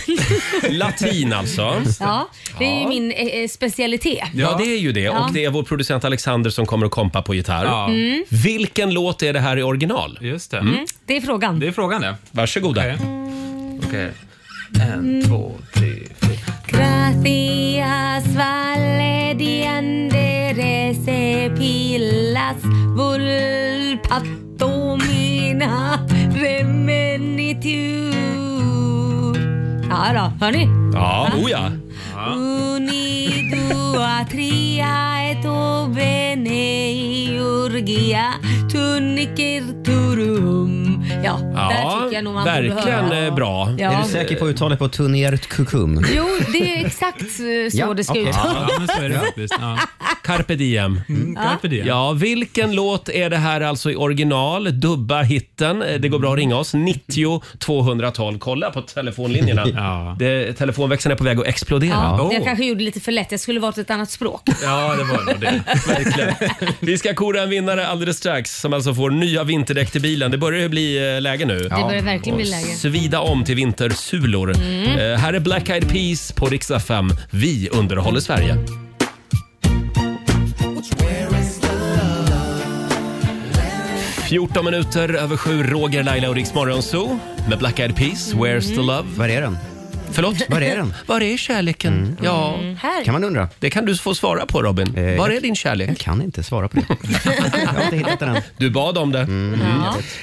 Latin alltså. ja, det är ju min eh, eh, specialitet. Ja, det är ju det. Ja. Och det är vår producent Alexander som kommer att kompa på gitarr. Mm. Ja, Vilken låt är det här i original? Mm. just det. Mm. Det är frågan. Det är frågan det. Varsågoda. Okej. Okej. Mm. En, två, tre, fyra. Gracias valediandere se pilas vulpato mina remenitur. Ja då, hör ni? Ja, oh ja. Uni dua tria et bene urgia tunikir turum. Ja, där ja tycker jag nog man borde verkligen höra. eh, bra. Ja. Är du säker på uttalet på Tuniert Kukum? Jo, det är exakt eh, så Ja, det ska okej. ut. Ja, men så är det faktiskt. Ja. Mm, Carpe diem. Mm. Carpe diem. Ja, vilken låt är det här alltså i original? Dubba hitten. Eh, Det går bra att ringa oss. 90 212. Kolla på telefonlinjerna. Ja. det, telefonväxeln är på väg att explodera. Ja, Jag Oh. kanske gjorde det lite för lätt. Jag skulle varit ett annat språk. Ja, det var nog det. Verkligen. Vi ska kora en vinnare alldeles strax som alltså får nya vinterdäck till bilen. Det börjar ju bli eh, läge nu. Det börjar verkligen bli läge. Mm. Svida om till vintersulor. Eh, här är Black Eyed Peas på riksdag 5. Vi underhåller Sverige. Where is the 14 minuter över sju, Roger, Laila och Riks Morgonzoo med Black Eyed Peas, Where's Mm. the Love? Var är den? Förlåt? Var är den? Var är kärleken? Ja, Mm. Här. Kan man undra. det kan du få svara på Robin. Eh, Var jag- är din kärlek? Jag kan inte svara på det. Jag har inte hittat den än. Mm, Du bad om det. Mm.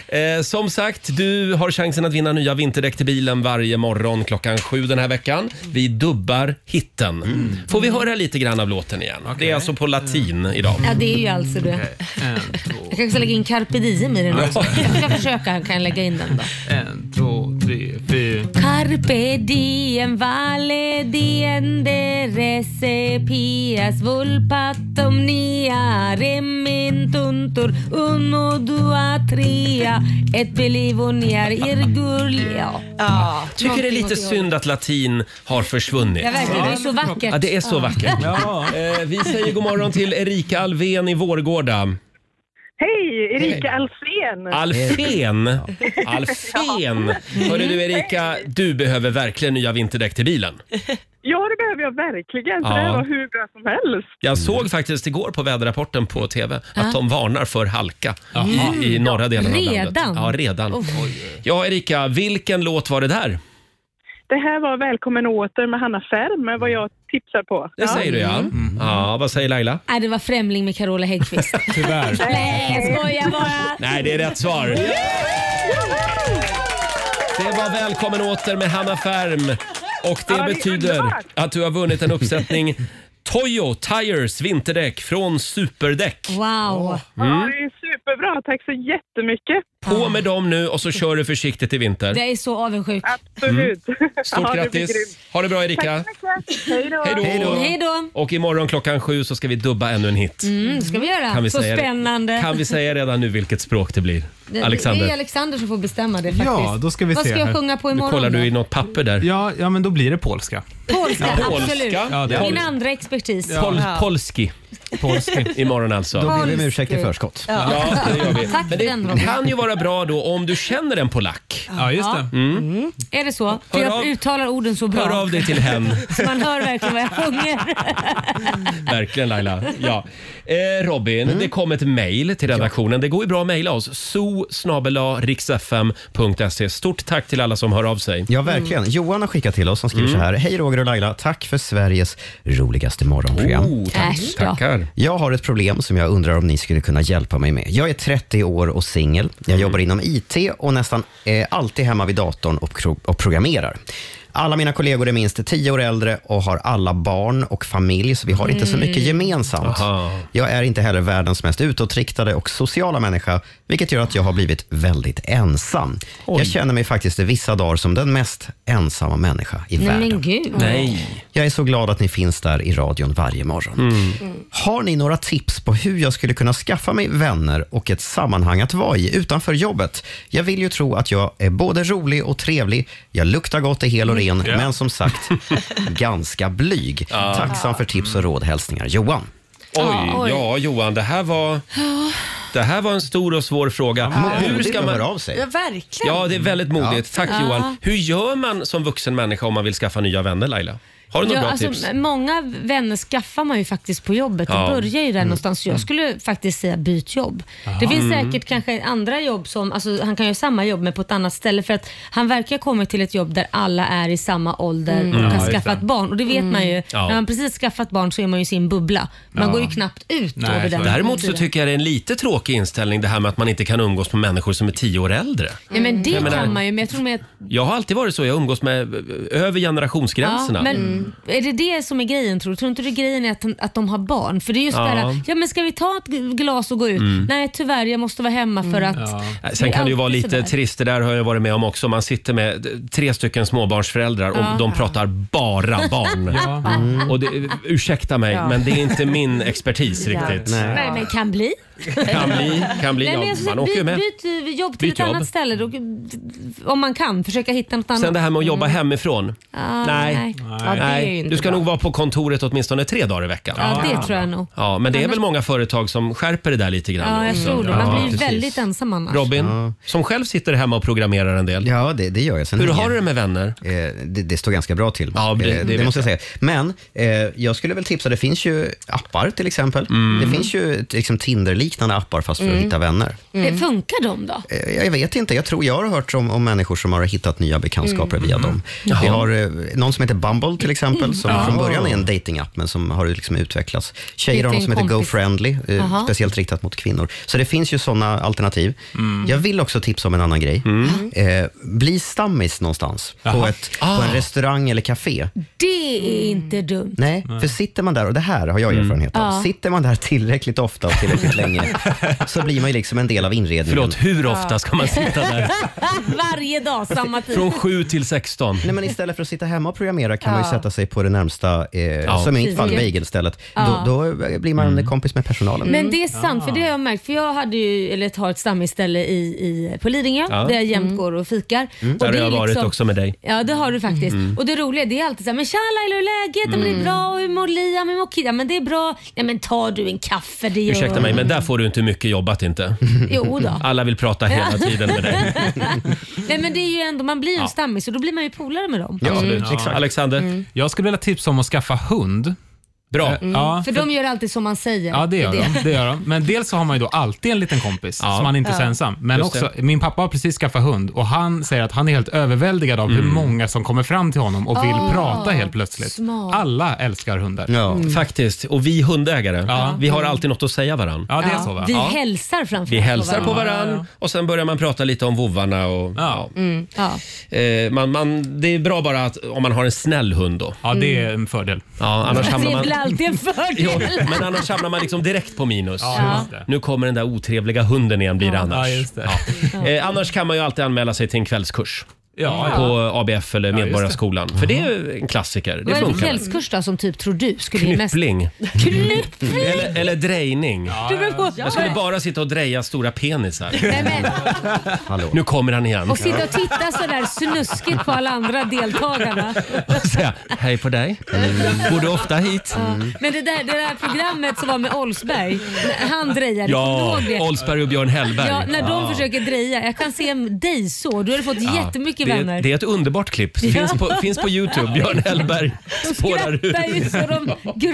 Ja. Eh, som sagt, du har chansen att vinna nya vinterdäck till bilen varje morgon klockan sju den här veckan. Vi dubbar hitten. Mm. Får vi höra lite grann av låten igen? Det är alltså på latin idag. ja, det är ju alltså det. Mm. En, två, Jag kan också lägga in carpe diem i den också. Jag ska försöka kan jag lägga in den då. en, två, tre, fyra. Carpe diem vale diendere se pias vulpatum nia remintuntur uno dua tria et belivoniar irgul... Ja. Ja. Tycker det är Någonting åt lite det synd att latin har försvunnit. Ja, verkligen. Det är så vackert. Ja, det är så vackert. Eh, vi säger god morgon till Erika Alfven i Vårgårda. Hej, Erika Alfén! Alfén! Alfén! Hörru du Erika, du behöver verkligen nya vinterdäck till bilen. Ja, det behöver jag verkligen. För Ja. Det här var hur bra som helst. Jag såg faktiskt igår på väderrapporten på TV att de varnar för halka i, i norra delen av landet. Redan? Ja, redan. Ja, Erika, vilken låt var det där? Det här var Välkommen åter med Hanna Färm, vad jag tipsar på. Det säger du ja. Ja, vad säger Laila? Nej, det var Främling med Carola Häggkvist. Tyvärr. Nej, jag skojar bara. Nej, det är rätt svar. Det var Välkommen åter med Hanna Färm. Och det Ja, det är betyder underbart. att du har vunnit en uppsättning Toyo Tires vinterdäck från Superdäck. Wow. Ja, det är superbra. Tack så jättemycket. Mm. Ah. På med dem nu och så kör du försiktigt i vinter. Jag är så avundsjuk. Absolut. Mm. Stort Ja, det blir grattis! grymt. Ha det bra Erika! Tack så mycket. Hej då. Hej då! Hej då. Och imorgon klockan sju så ska vi dubba ännu en hit. Mm, ska vi göra. Kan vi så säga det? spännande. Kan vi säga redan nu vilket språk det blir? Det- Det är Alexander, Alexander som får bestämma det faktiskt. Ja, då ska vi Vad se ska jag här. sjunga på nu imorgon? kollar du i då? något papper där. Ja, ja, men då blir det polska. Polska, Polska. absolut. Ja, det är- Min andra expertis. Pol Polski Polski. imorgon alltså. Då ber vi om ursäkt i förskott. Ja, det gör vi. Tack för den Men det Robin. kan ju vara vara bra då om du känner en polack. Ja, just det. Mm. Är det så? För Hör jag av- uttalar orden så bra. Hör av dig till hen. Så man hör verkligen vad jag sjunger. Verkligen Laila. Ja. Eh, Robin, Mm. det kom ett mejl till redaktionen. Det går ju bra att mejla oss. so Stort tack till alla som hör av sig. Ja, verkligen. Mm. Johan har skickat till oss som skriver så här. Hej Roger och Laila, tack för Sveriges roligaste morgonprogram. Oh, tack. Äsch, bra. Tackar. Jag har ett problem som jag undrar om ni skulle kunna hjälpa mig med. Jag är 30 år och singel. Jag Mm. jobbar inom IT och nästan eh, alltid hemma vid datorn och, pro- och programmerar. Alla mina kollegor är minst 10 år äldre och har alla barn och familj, så vi har inte så mycket gemensamt. Mm. Aha. Jag är inte heller världens mest utåtriktade och sociala människa, vilket gör att jag har blivit väldigt ensam. Jag känner mig faktiskt i vissa dagar som den mest ensamma människa i Nej världen. men gud. Nej. Jag är så glad att ni finns där i radion varje morgon. Har ni några tips på hur jag skulle kunna skaffa mig vänner och ett sammanhang att vara i utanför jobbet? Jag vill ju tro att jag är både rolig och trevlig. Jag luktar gott, är hel och ren, Ja. men som sagt ganska blyg. Tacksam för tips och råd. Hälsningar Johan. Oj, oj. ja Johan, det här var... Det här var en stor och svår fråga. Hur ska man... höra av sig? Ja, verkligen. Ja, det är väldigt modigt. Tack Johan. Hur gör man som vuxen människa om man vill skaffa nya vänner Laila? Har du några Ja, bra alltså, tips? många vänner skaffar man ju faktiskt på jobbet. Ja. Mm. Det börjar ju där någonstans. Så Jag skulle faktiskt säga byt jobb. Det finns säkert kanske andra jobb som, alltså, han kan göra samma jobb men på ett annat ställe för att han verkar ha kommit till ett jobb där alla är i samma ålder Mm. och har just det. skaffat barn. Och det vet man ju, Ja. när man precis skaffat barn så är man ju i sin bubbla. Man går ju knappt ut Nej, över den. så är Däremot så tiden. tycker jag det är en lite tråkig inställning det här med att man inte kan umgås med människor som är tio år äldre. Nej, men det menar- kan man ju, men jag tror med att Jag har alltid varit så. Jag umgås med eh, över generationsgränserna. Ja, men Mm. Är det det som är grejen tror du? Tror inte du grejen är att, att de har barn? För det är just Ja. Mm. det här, ja men ska vi ta ett glas och gå ut? Nej tyvärr, jag måste vara hemma för att... Nej, Äh, Sen kan det ju vara alltid lite sådär. trist, det där har jag varit med om också. Man sitter med eh, tre stycken småbarnsföräldrar och de pratar bara barn. Mm. Och det, ursäkta mig, men det är inte min expertis riktigt. Nej. Nej men kan bli. Kan bli, kan bli. Nej, men Ja, jag skulle man säga, åker ju byt, med. byt eh, jobb till Byt ett jobb. annat ställe då, om man kan. Försöka hitta något annat. Sen det här med att Mm. jobba hemifrån. Ah, Nej. Ja, det är ju Nej, inte du ska bra. nog vara på kontoret åtminstone tre dagar i veckan. Ja, det tror jag nog. Ja, men det är väl många företag som skärper det där lite grann. Ja, jag också. tror det. Man Ja, blir ju precis. väldigt ensam annars. Robin, som själv sitter hemma och programmerar en del. Ja, det, det gör jag. Sen Hur hänger- har du det med vänner? Eh, det, det står ganska bra till. Ja, det- det Eh, det vet måste jag säga. Men eh, jag skulle väl tipsa, det finns ju appar till exempel. Mm. Det finns ju liksom Tinder-liknande appar fast för att hitta vänner. Det funkar de då? Eh, jag vet inte, jag tror jag har hört om, om människor som har hittat nya bekantskaper Mm. via dem. Vi har eh, någon som heter Bumble till exempel, som Mm. från början är en datingapp men som har liksom utvecklats. Tjejer har Lite någon som heter kompis. GoFriendly, eh, Jaha. speciellt riktat mot kvinnor. Så det finns ju sådana alternativ. Mm. Jag vill också tipsa om en annan grej. Eh, bli stammis någonstans, på, ett, på Ah. en restaurang eller café. Det är inte dumt. Nej, Mm. för sitter man där, och det här har jag erfarenhet av, sitter man där tillräckligt ofta och tillräckligt länge så blir man ju liksom en del av inredningen. Förlåt, hur ofta ska man sitta där? Varje dag, samma tid. Från 7 till 16. Nej, men istället för att sitta hemma och programmera kan man ju sätta sig på det närmsta, eh, som i mitt fall Fika. bagelstället. Då, då blir man Mm. kompis med personalen. Men det är sant, för det har jag märkt. För jag hade ju, eller har ett stammisställe i, i, på Lidingö Ja. Mm. där jag jämt går och fikar. Och Där har det är jag varit liksom- också med dig. Mm. Ja det har du faktiskt. Och det roliga det är alltid såhär, men tja Laila hur är läget? Ja, Men det är bra, hur mår Liam? Hur mår Kid? Ja, Men det är bra. Ja, men tar du en kaffe? Det gör Ursäkta jag." mig, men där får du inte mycket jobbat inte. Jo då. Alla vill prata hela tiden med dig. Nej men det är ju ändå, man blir ju en stammis och då blir man ju polare med dem. Mm. Absolut. Alexander, Jag skulle vilja tipsa om att skaffa hund. bra. Eh, Ja, Mm. För de gör alltid som man säger. Ja, det gör, De, det gör de. Men dels så har man ju då alltid en liten kompis som man inte är så ensam. Men Just det. också, min pappa har precis skaffat hund och han säger att han är helt överväldigad av Mm. hur många som kommer fram till honom och vill prata helt plötsligt. Ah, smart. Alla älskar hundar. Ja, Ja. Faktiskt. Och vi hundägare, vi har alltid något att säga varann. det är Ja, så va? Vi ja. hälsar framför Vi allt hälsar på varandra. varann och sen börjar man prata lite om vovvarna. Och, Ja. Ja. eh, man, man, det är bra bara att, om man har en snäll hund då. Mm. ja, det är en fördel. Ja, annars Det hamnar är man... väl alltid en fördel. Ja, men annars hamnar man liksom direkt på minus. Ja, just det. Nu kommer den där otrevliga hunden igen blir det annars. Ja, just det. Eh, annars kan man ju alltid anmäla sig till en kvällskurs. Ja, på ABF eller Medborgarskolan. För det är Mm. ju en klassiker. Det Vad är det för funkar. kvällskurs då som typ tror du skulle ge mest... Knyppling. Knyppling! Eller, eller drejning. Det beror på. Jag skulle bara sitta och dreja stora penisar. Nej, men, Hallå. Nu kommer han igen. och sitta och titta sådär snuskigt på alla andra deltagarna. Säga, Hej på dig. Mm. Går du ofta hit? Mm. Men det där, det där programmet som var med Olsberg, han drejade. Ja, Kommer du ihåg det? Oldsberg och Björn Hellberg. Ja, när de försöker dreja. Jag kan se dig så. Du har fått jättemycket det, vänner. är- det är ett underbart klipp. Det finns, på, finns på Youtube. Björn Hellberg de spårar ut. skrattar ju så de gråter.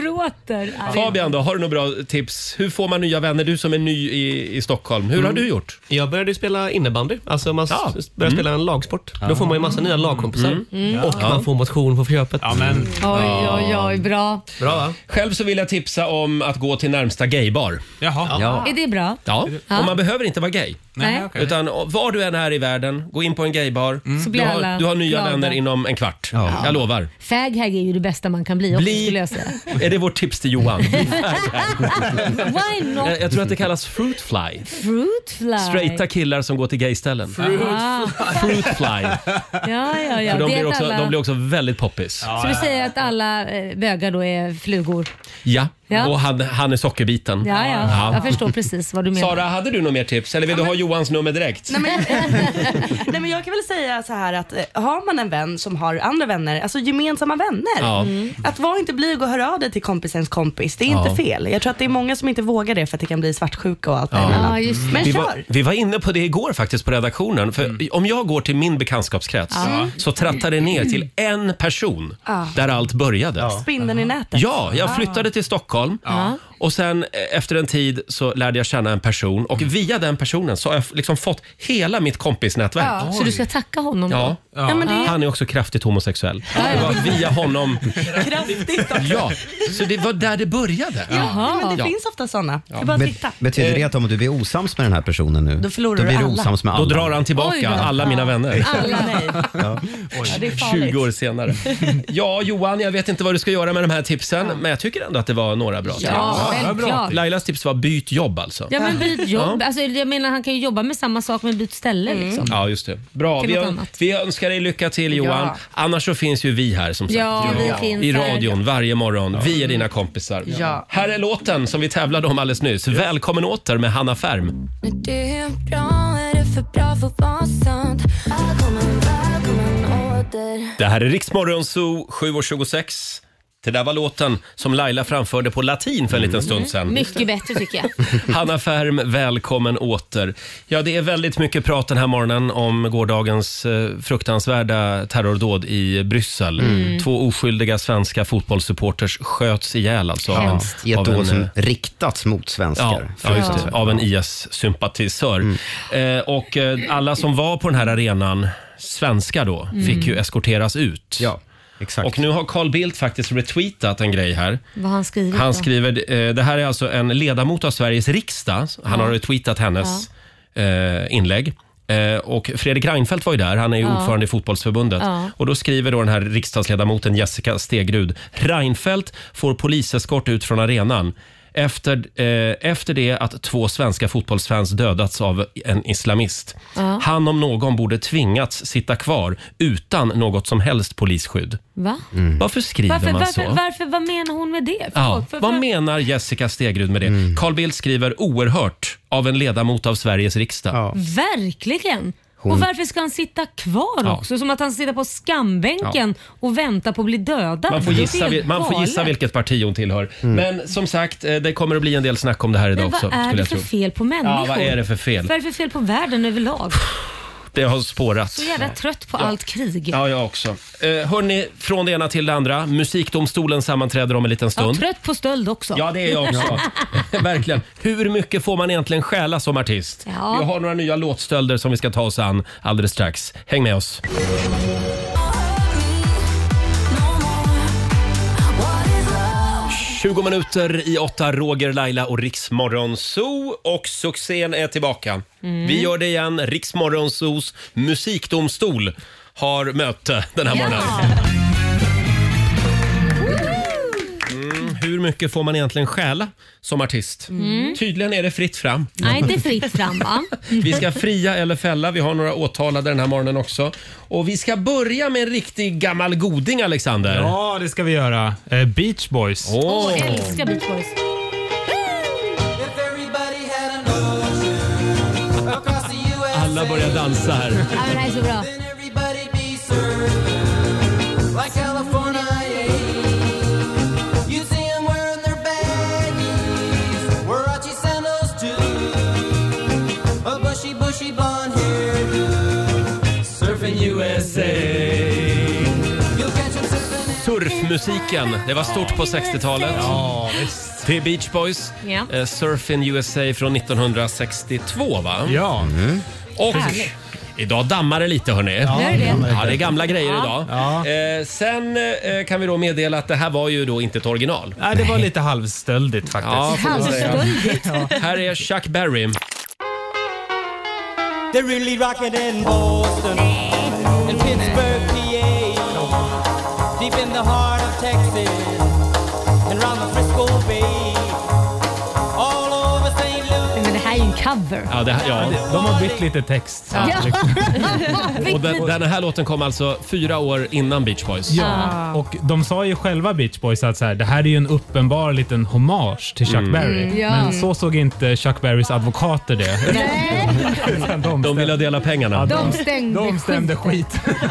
Ja, det- Fabian då, har du några bra tips? Hur får man nya vänner? Du som är ny i, i Stockholm, hur har du gjort? Mm. Jag började ju spela innebandy. Alltså man s- Ja. Mm. börjar spela en lagsport. Då får man ju massa nya lagkompisar. Och man får motion på köpet. ja men Oj, oj, oj. Bra. Bra va? Själv så vill jag tipsa om att gå till närmsta gaybar. jaha. Ja. Är det bra? Ja, och man behöver inte vara gay. Nej. Nej, okej. Utan var du än är i världen, gå in på en gaybar. Så Du blir alla har, du har nya glada. vänner inom en kvart. Jag lovar. Faghag är ju det bästa man kan bli också Bli- skulle jag säga. Är det vårt tips till Johan? Why not Jag, jag tror att det kallas fruitfly. fruit fly? Straighta killar som går till gayställen. Ah, Fruitfly. ja, ja, ja. För de Det blir, är också, alla... de blir också väldigt poppis. Så du säger att alla eh, bögar då är flugor? Ja, Ja. och han, han är sockerbiten. Ja, ja. Jag förstår precis vad du menar. Sara, hade du något mer tips? Eller vill du ha Johans nummer direkt? Nej men, nej men jag kan väl säga så här att eh, har man en vän som har andra vänner, alltså gemensamma vänner. Mm. Ja. Att vara inte blyg och höra av dig till kompisens kompis, det är inte fel. Jag tror att det är många som inte vågar det för att det kan bli svartsjuka och allt däremellan. Ja, just det. Men Vi kör! var, vi var inne på det igår faktiskt på redaktionen. För Om jag går till min bekantskapskrets så trattar det ner Mm. till en person där allt började. Ja. Spindeln i nätet. Ah. Ah. jag flyttade till Stockholm och sen eh, efter en tid så lärde jag känna en person Mm. och via den personen så har jag f- liksom fått hela mitt kompisnätverk. Ja, så du ska tacka honom Ja. då? Ja, men det... Han är också kraftigt homosexuell. Det var via honom. Kraftigt också. alltså. Ja, så det var där det började. Ja, men det Ja. Eh. finns ofta sådana. Det är bara att Bet- titta. betyder det att om du blir osams med den här personen nu, Då förlorar du blir du alla. osams med alla? Då drar han Oj tillbaka då. alla mina vänner. Alla nej. Ja, det är farligt. 20 år senare. Ja, Johan, jag vet inte vad du ska göra med de här tipsen, men jag tycker ändå att det var några bra tips. Ja, självklart. Lailas tips var byt jobb alltså. Ja men byt jobb. Alltså, jag menar han kan ju jobba med samma sak men byt ställe liksom. Ja, just det. Bra. Till Vi, något ö- annat. vi önskar dig lycka till Johan. Ja. Annars så finns ju vi här som sagt. Ja, vi finns I här. radion varje morgon. Vi är dina kompisar. Ja. Här är låten som vi tävlade om alldeles nyss. Välkommen åter med Hanna Färm. Det här är Riksmorgon Zoo 7.26. Det där var låten som Laila framförde på latin för en liten stund sedan. Mycket bättre tycker jag. Hanna Färm, välkommen åter. Ja, det är väldigt mycket prat den här morgonen om gårdagens eh, fruktansvärda terrordåd i Bryssel. Mm. Två oskyldiga svenska fotbollssupporters sköts ihjäl alltså. av en- I ett av en, dåd som eh, riktats mot Ja, svenskar. ja, just det. Av en IS-sympatisör. Mm. Eh, och eh, alla som var på den här arenan, svenskar då, fick ju eskorteras ut. Mm. Ja, exakt. Och nu har Carl Bildt faktiskt retweetat en grej här. Vad har han skrivit Han då? skriver, eh, det här är alltså en ledamot av Sveriges riksdag. Han har retweetat hennes eh, inlägg. Eh, och Fredrik Reinfeldt var ju där, han är ju ordförande i fotbollsförbundet. Ja. Och då skriver då den här riksdagsledamoten Jessica Stegrud, Reinfeldt får poliseskort ut från arenan. Efter, eh, efter det att två svenska fotbollsfans dödats av en islamist. Han om någon borde tvingats sitta kvar utan något som helst polisskydd. Va? Varför skriver Mm. Varför, man varför, så? varför, vad menar hon med det? Ja. Förlåt, för- Vad för- menar Jessica Stegrud med det? Carl Bildt skriver oerhört av en ledamot av Sveriges riksdag. Ja. Verkligen! Och varför ska han sitta kvar Ja. också? Som att han sitter på skambänken och väntar på att bli dödad. Man, får Det är gissa, helt vil- man får gissa galet. vilket parti hon tillhör. Men som sagt, eh, det kommer att bli en del snack om det här idag Men också. vad är skulle det jag för tro. fel på människor? Ja, vad är det för fel? Vad är det för fel på världen överlag? Det har spårat. Så jävla trött på allt krig. Ja, jag också. Eh, hörni, från det ena till det andra. Musikdomstolen sammanträder om en liten Ja, stund. trött på stöld också. Ja, det är jag också. Verkligen. Hur mycket får man egentligen stjäla som artist? Ja. Vi har några nya låtstölder som vi ska ta oss an alldeles strax. Häng med oss. Tjugo minuter i åtta, Roger, Laila och Riksmorgon Zoo. Och succén är tillbaka. Mm. Vi gör det igen. Riksmorgon Zoos musikdomstol har eh, möte den här morgonen. Mm, Hur mycket får man egentligen stjäla som artist? Tydligen är det fritt fram. Mm. Nej, inte fritt fram va? Vi ska fria eller fälla. Vi har några åtalade den här morgonen också. Och vi ska börja med en riktig gammal goding, Alexander. Ja, det ska vi göra. Eh, Beach Boys. Åh. Åh, älskar Beach Boys. Alla börjar dansa här. Ja, men det här är så bra. Eh. Surfmusiken, det var stort på 60-talet. Ja, Det är Beach Boys, Ja. eh, Surf in USA från 1962 va? Ja. Och Härligt. idag dammar det lite hörni. Ja. Gör det det? det är gamla grejer Ja. idag. Eh, sen eh, kan vi då meddela att det här var ju då inte ett original. Nej, det var lite halvstöldigt faktiskt. Ja, får man säga. Halsbundet. Här är Chuck Berry. They're really rocking in Boston and Pittsburgh, PA. Deep in the heart of Texas and round the Frisco Bay. All over St. Louis. Men det här är ju en cover. Ja, det här, ja. De har bytt lite text. Ja. Och den, den här låten kom alltså fyra år innan Beach Boys. Ah. Ja. Och de sa ju själva Beach Boys att så här, det här är ju en uppenbar liten hommage till Mm. Chuck Berry. Mm, ja. Men så såg inte Chuck Berrys advokater det. Nej, Utan de, De ville dela pengarna. de stängde de stämde skiten. skit.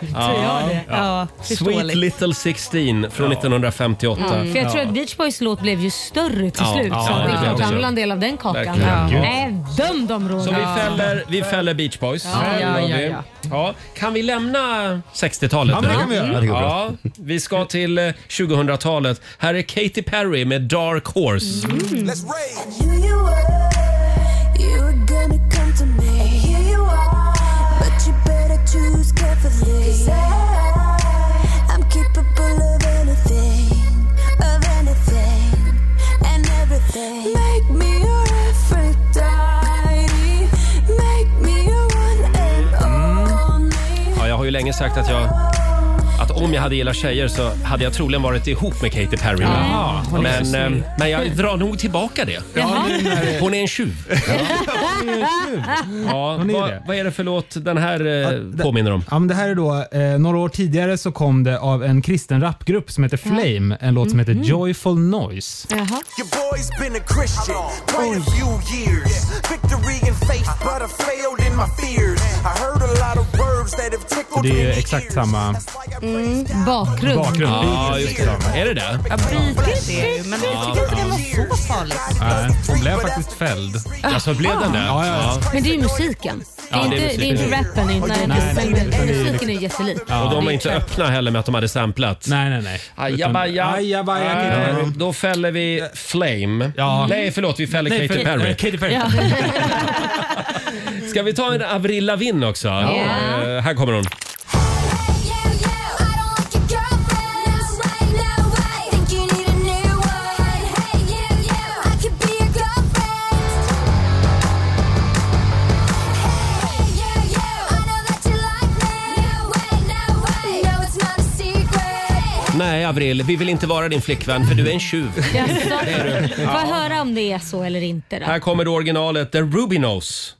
Tror jag det. Ja, Sweet förståeligt. Little 16 från 1958. Mm. För jag tror att Beach Boys låt blev ju större till Ja, slut. ja, så det att blev vi det fick fram så. en del av den kakan. Verkligen. Ja. Nej, döm dem Så Roger. vi fäller, vi fäller Beach Boys. Ja, ja, ja, ja. Ja, Kan vi lämna 60-talet? Ja, men det nu? kan vi göra. Ja, det går bra. Ja, vi ska till eh, 2000-talet. Här är Katy Perry med Dark Horse. Mm. Make me your Aphrodite. Make me your one Mm. and only. Ja, jag har ju länge sagt att jag att om jag hade gillat tjejer så hade jag troligen varit ihop med Katy Perry. men, eh, men jag drar nog tillbaka det. Jaha. Hon är en tjuv. Mm. Ja, är vad, det. vad är det för låt den här eh, påminner om? Ja, men det här är då, eh, några år tidigare så kom det av en kristen rapgrupp som heter Flame, en låt som heter Joyful Noise. Jaha. Your boy's been a Christian quite a few years. Victory in faith, but I failed in my fears. I heard a lot of words that have tickled Det är ju me to exakt tears. That's samma why I praise God. Bakgrund. Bakgrund. Ja, just det. Är det det? Ja, bytet är ju, men jag tycker inte det var så farligt. Nej, hon blev faktiskt fälld. Alltså blev den det? Ja, ja. Men det är ju musiken. Det är, Ja, det är inte, det är musiken. inte rappen, det är inte nej, nej, nej, utan det är musiken är jättelik. Och de var Det är inte klart. öppna heller med att de hade samplat. Nej, nej, nej. Ajabaja. Utan- Ajabaja, Katy Nej, Perry. Då fäller vi Flame. Ja. Nej, förlåt. Vi fäller Nej, Katy för- eh, Perry. Katy Perry. Ja. Ska vi ta en Avril Lavigne också? Eh, här kommer hon. Nej, Avril. Vi vill inte vara din flickvän för du är en tjuv. Jaså? Får jag höra om det är så eller inte då? Här kommer då originalet. The Ruby Nose.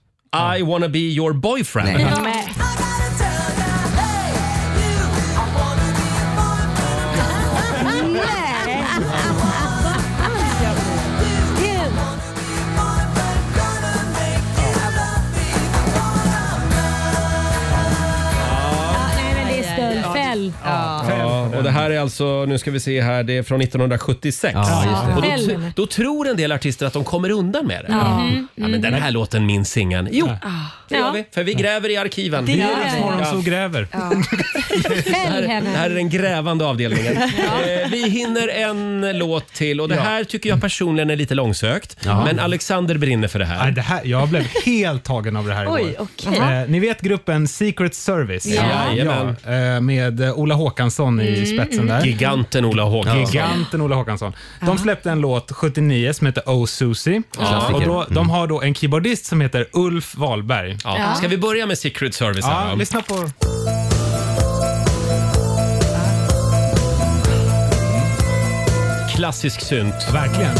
I wanna be your boyfriend. Nej. Nej. Gud. Ja, nej, men det är stöld. Fäll. Ja, och det här är alltså, nu ska vi se här, det är från 1976. Ja, Och då, fäll. tr- då tror en del artister att de kommer undan med det. Ja, men den här låten minns ingen. Jo, det gör Ja. vi. För vi gräver i arkiven. Vi Ja, är ja, Riksmorgon ja. så gräver. Fäll Det här, det henne. här är den grävande avdelningen. eh, vi hinner en låt till och det här tycker jag personligen är lite långsökt. Men Alexander brinner för det Nej, här. det här, jag blev helt tagen av det här Oj, igår. okej. Eh, ni vet gruppen Secret Service? Ja. Mm. Jajamän. eh, med eh, Ola Håkansson i spetsen där. Giganten Ola Håkansson. Giganten Ola Håkansson. De släppte en låt 79 som heter Oh Susie. Och då, De har då en keyboardist som heter Ulf Wahlberg. Ja, Mm. Ja. Ska vi börja med Secret Service? här, va? lyssna på... klassisk synt. Verkligen.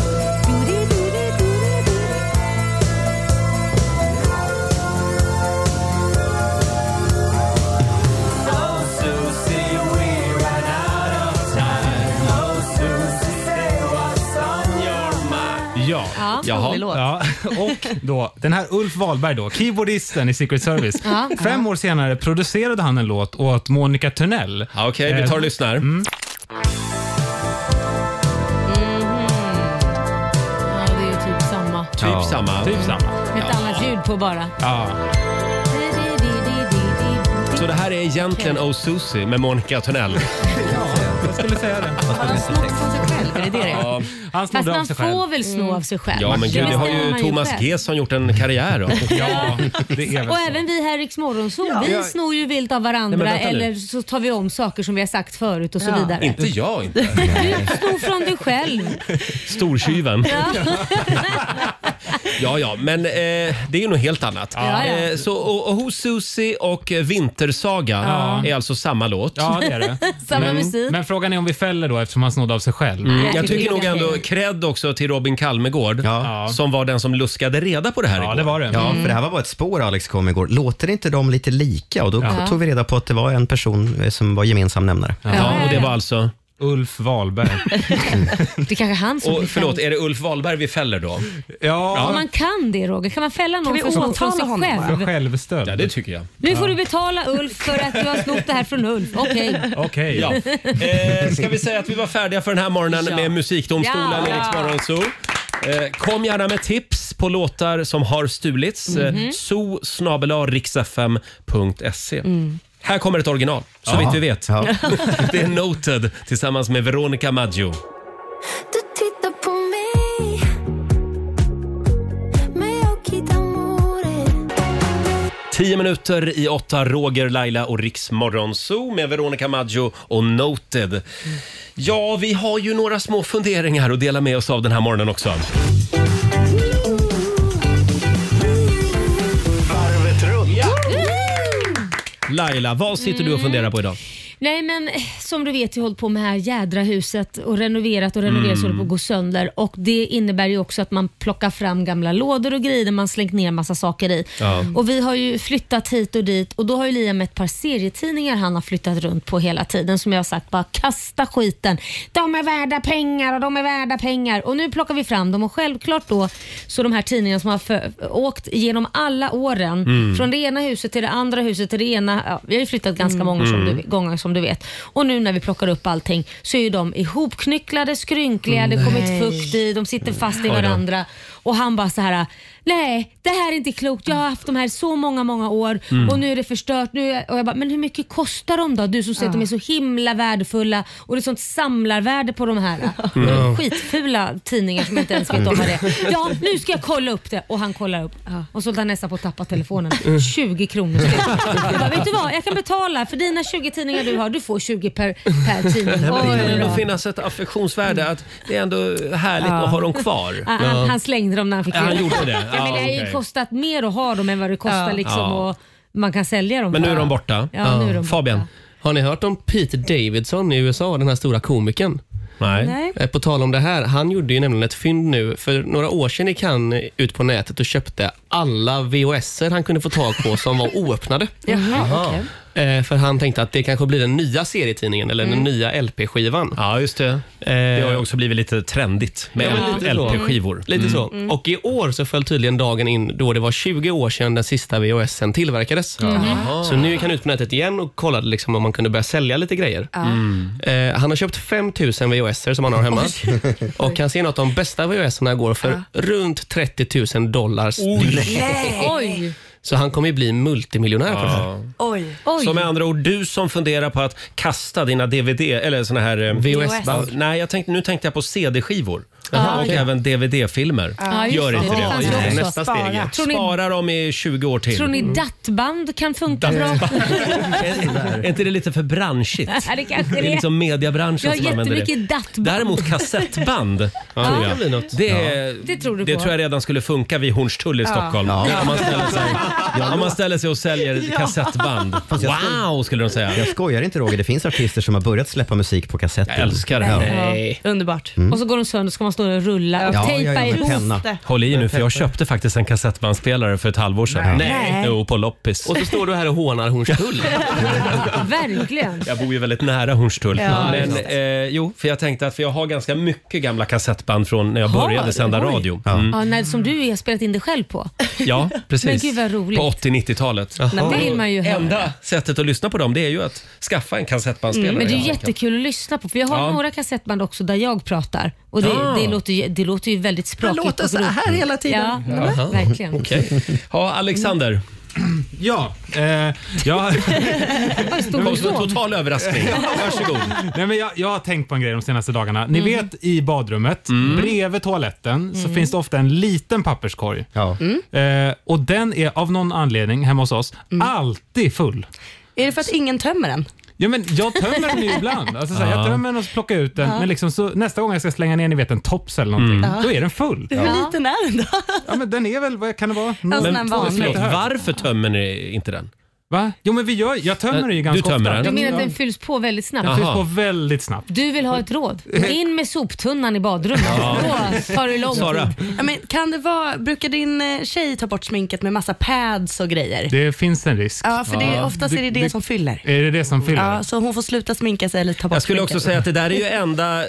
Ja. Ja, rolig låt. ja. Och då, den här Ulf Wahlberg, då, keyboardisten i Secret Service. Ja, Fem år senare producerade han en låt åt Monica Törnell. Mm. Okej, vi tar och lyssnar. Ja, det är ju typ samma. Typ samma. Typ samma. Ett annat ljud på bara. Ja. Så det här är egentligen Oh Susie med Monica Törnell. Jag skulle säga det. Har han snott från sig själv? Är det det det är? Han Fast snodde av man sig själv. får väl sno Mm. av sig själv? Ja, men gud, det har bestämmer ju man Thomas själv. Gesson gjort en karriär av. Ja, det är väl Och så. även vi här i Rix Morgonzoo, vi snor ju vilt av varandra Nej, men vänta nu. eller så tar vi om saker som vi har sagt förut och så vidare. Inte jag inte. Sno från dig själv. Stortjuven. Ja, ja, men eh, det är ju något helt annat. Ja, ja. Eh, så och, och hos Susie och eh, Vintersaga är alltså samma låt. Ja, det är det. Samma men, musik. Men frågan är om vi fäller då eftersom han snodde av sig själv. Nej, Jag det tycker tycker nog jag ändå är- cred också till Robin Kalmegård Ja. som var den som luskade reda på det här Ja, igår. det var det. Ja, Mm. för det här var bara ett spår Alex kom igår. Låter inte de lite lika? Och då tog vi reda på att det var en person eh, som var gemensam nämnare. Ja, och det var alltså... Ulf Wahlberg. Det är kanske är han som blir Och förlåt, fälld. är det Ulf Wahlberg vi fäller då? Ja, Om man kan det Roger, kan man fälla någon vi för snott åtala från sig honom bara? för själv? självstöd. Ja, det tycker jag. Nu får du betala Ulf för att du har snott det här från Ulf. Okej. Okej. Ja. Eh, ska vi säga att vi var färdiga för den här morgonen med Musikdomstolen Ja. i Rix Morgonzoo. Eh, kom gärna med tips på låtar som har stulits. Mhm. Mm. so Mm. Här kommer ett original, så vitt vi vet. Ja. Det är Noted tillsammans med Veronica Maggio. Du tittar på mig med occhi d'amore Tio minuter i åtta, Roger, Laila och Rix Morgonzoo med Veronica Maggio och Noted. Ja, vi har ju några små funderingar att dela med oss av den här morgonen också. Laila, vad sitter du och funderar på idag? Nej men eh, som du vet, jag har hållit på med det här jädra huset och renoverat och renoverat så det på att gå sönder. Och det innebär ju också att man plockar fram gamla lådor och grejer där man slängt ner massa saker i. Ja. Och vi har ju flyttat hit och dit och då har ju Liam ett par serietidningar han har flyttat runt på hela tiden som jag har sagt bara kasta skiten. De är värda pengar och de är värda pengar. Och nu plockar vi fram dem och självklart då så de här tidningarna som har för, åkt genom alla åren från det ena huset till det andra huset till det ena. Ja, vi har ju flyttat ganska många som du, gånger som du vet och nu när vi plockar upp allting så är ju de ihopknycklade, skrynkliga, det har kommit fukt i, de sitter fast i varandra och han bara så här Nej, det här är inte klokt. Jag har haft de här så många, många år och nu är det förstört. Nu är, och jag bara, men hur mycket kostar de då? Du som säger att de är så himla värdefulla och det är sånt samlarvärde på de här. Mm. Skitfula tidningar som jag inte ens vet om vad det är. Ja, nu ska jag kolla upp det. Och han kollar upp och så håller han nästan på att tappa telefonen. 20 kronor styck. Jag bara, vet du vad? Jag kan betala för dina 20 tidningar du har. Du får 20 per, per tidning. Det Oj, kan oj, ändå oj. finnas ett affektionsvärde att det är ändå härligt att ha dem kvar. Ah, Han, han slängde dem när han fick Ja, han reda på gjorde det. Ja, men det har ju okej. kostat mer att ha dem än vad det kostar liksom Ja. och man kan sälja dem. Men nu är de för. borta. Ah, Ja, nu är de borta. Fabian? Har ni hört om Pete Davidson i USA, den här stora komikern? Nej. Nej. Eh, På tal om det här, han gjorde ju nämligen ett fynd nu. För några år sedan gick han eh, ut på nätet och köpte alla VHSer han kunde få tag på som var oöppnade. Jaha. Eh, För han tänkte att det kanske blir den nya serietidningen eller den nya LP-skivan. Ja, just det. Det har ju också blivit lite trendigt med Mm. Ja, men lite så. LP-skivor. Lite så. Och i år så föll tydligen dagen in då det var 20 år sedan den sista VHSen tillverkades. Så nu gick han ut på nätet igen och kollade liksom om man kunde börja sälja lite grejer. Mm. Eh, han har köpt 5000 VHSer som han har hemma. och han ser nog att de bästa VHSerna går för runt 30 000 dollar styck. Oj. Så han kommer ju bli multimiljonär på det här. Ja. Oj. Oj. Så med andra ord, du som funderar på att kasta dina DVD eller såna här... eh, VHS-band. Nej, jag tänkte, nu tänkte jag på CD-skivor. Jaha, och Ah, okej. även DVD-filmer. Ja, just Gör det. inte Det det. fanns ju också. Nästa Spara. steg. Tror ni- Spara dem i 20 år till. Mm. Tror ni dattband kan funka bra? Är inte det lite för branschigt? Ja, det kanske Det är det är. liksom Jag mediebranschen har som använder det. jättemycket dattband. Däremot kassettband Ja. tror Det kan bli jag. något. Det, Ja. Det tror du på. tror jag redan skulle funka vid Hornstull i Ja. Stockholm. Ja. Om, man ställer sig, om man ställer sig och säljer Ja. kassettband. Fast jag Wow! skulle de säga. Jag skojar inte Roger, det finns artister som har börjat släppa musik på kassett. Jag älskar Ja. Underbart. Mm. Och så går de sönder så ska man stå där och rulla och Ja, tejpa ja, ja, med ihop penna. det. Håll i nu för jag köpte faktiskt en kassettbandspelare för ett halvår sedan. Nej. Nej. Jo, på loppis. Och så står du här och hånar Hornstull. Verkligen. Jag bor ju väldigt nära Hornstull. Ja, men, just eh, jo, för jag tänkte att för jag har ganska mycket gamla kassettband från när jag Har började du? sända Oj. radio. Ja. Mm. nej, som du har spelat in det själv på. Ja, precis. Men gud, vad roligt. På 80-90-talet. men det vill man ju höra. Enda sättet att lyssna på dem det är ju att skaffa en kassettbandspelare. Mm, men det är helt ju enkelt. jättekul att lyssna på för jag har Ja. några kassettband också där jag pratar och det, Ah. det, låter, ju- det låter ju väldigt språkigt. låter och så här grovt. hela tiden. Ja, mm, Jaha, verkligen. Okej. Ja, Alexander. Ja, eh, jag... Det var en total överraskning. Varsågod. Nej, men jag, jag har tänkt på en grej de senaste dagarna. Ni vet i badrummet, Mm. bredvid toaletten, så finns det ofta en liten papperskorg. Eh, och den är av någon anledning hemma hos oss alltid full. Är det för att ingen tömmer den? Ja, men jag tömmer den ju ibland. Alltså, såhär, Ja. Jag tömmer den och så plockar jag ut den. Ja. Men liksom, så, nästa gång jag ska slänga ner ni vet, en tops eller någonting, Mm. Ja. då är den full. Hur liten är den då? Ja, men den är väl, vad kan det vara? Alltså, En sån här Men, förlåt, vanlig. varför tömmer ni inte den? Äh, Va? Jo, men vi gör, jag tömmer den ju Du ganska ofta. tömmer den? Du menar att Ja. den fylls på väldigt snabbt? Den fylls på väldigt snabbt. Du vill ha ett råd? Gå in med soptunnan i badrummet. Ja. Då tar det lång Sara. tid. Ja, men kan det vara, brukar din eh, tjej ta bort sminket med massa pads och grejer? Det finns en risk. Ja, för det, oftast är det det som fyller. Är det det som fyller? Ja, så hon får sluta sminka sig eller ta bort Jag skulle också sminket. säga att det där är ju enda eh,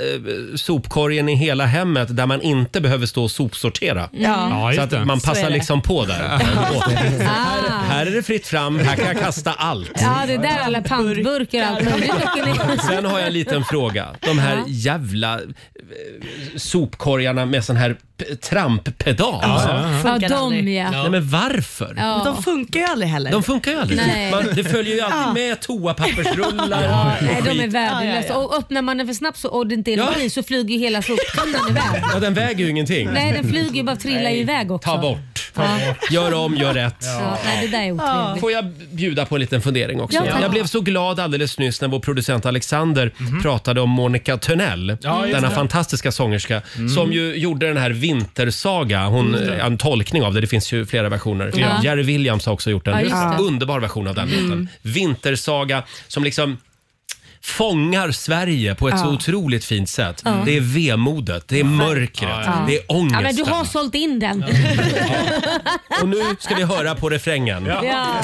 sopkorgen i hela hemmet där man inte behöver stå och sopsortera. Mm. Ja. Ja, Så just att det. man Så är passar det. liksom på där. Ändå. Ah. Här är det fritt fram, här kan jag kasta allt. Ja, det är där alla pantburkar och allt möjligt åker ner. Sen har jag en liten fråga. De här Ja. jävla eh, sopkorgarna med sån här p- tramppedal. Ja, Alltså. ja, ja. Funkar Ja, de aldrig. ja. Nej, men varför? Men De funkar ju aldrig heller. De funkar ju aldrig. Nej. Man, det följer ju Ja. alltid med toapappersrullar Ja, och nej, de är skit. värdelösa. Och öppnar man den för snabbt så, och det inte är någon Ja. i så flyger ju hela soptunnan iväg. Ja, den väger ju ingenting. Nej, den flyger ju bara trillar Nej. iväg också. Ta bort. Ja. Gör om, gör rätt. Ja, nej, det där är otrevligt. Får jag bjuda på en liten fundering också? Mm. Ja, tack. jag blev så glad alldeles nyss när vår producent Alexander pratade om Monica Törnell. Mhm. Ja, just denna det. Mm. fantastiska sångerska som ju gjorde den här Vintersaga. Hon, En tolkning av det, det finns ju flera versioner. Ja. Jerry Williams har också gjort Ja, en just det. underbar version av den Mm. låten. Vintersaga som liksom fångar Sverige på ett Ja. så otroligt fint sätt. Ja. Det är vemodet, det är mörkret, Ja. det är ångesten. Ja, men du har sålt in den. Och nu ska vi höra på refrängen. Ja.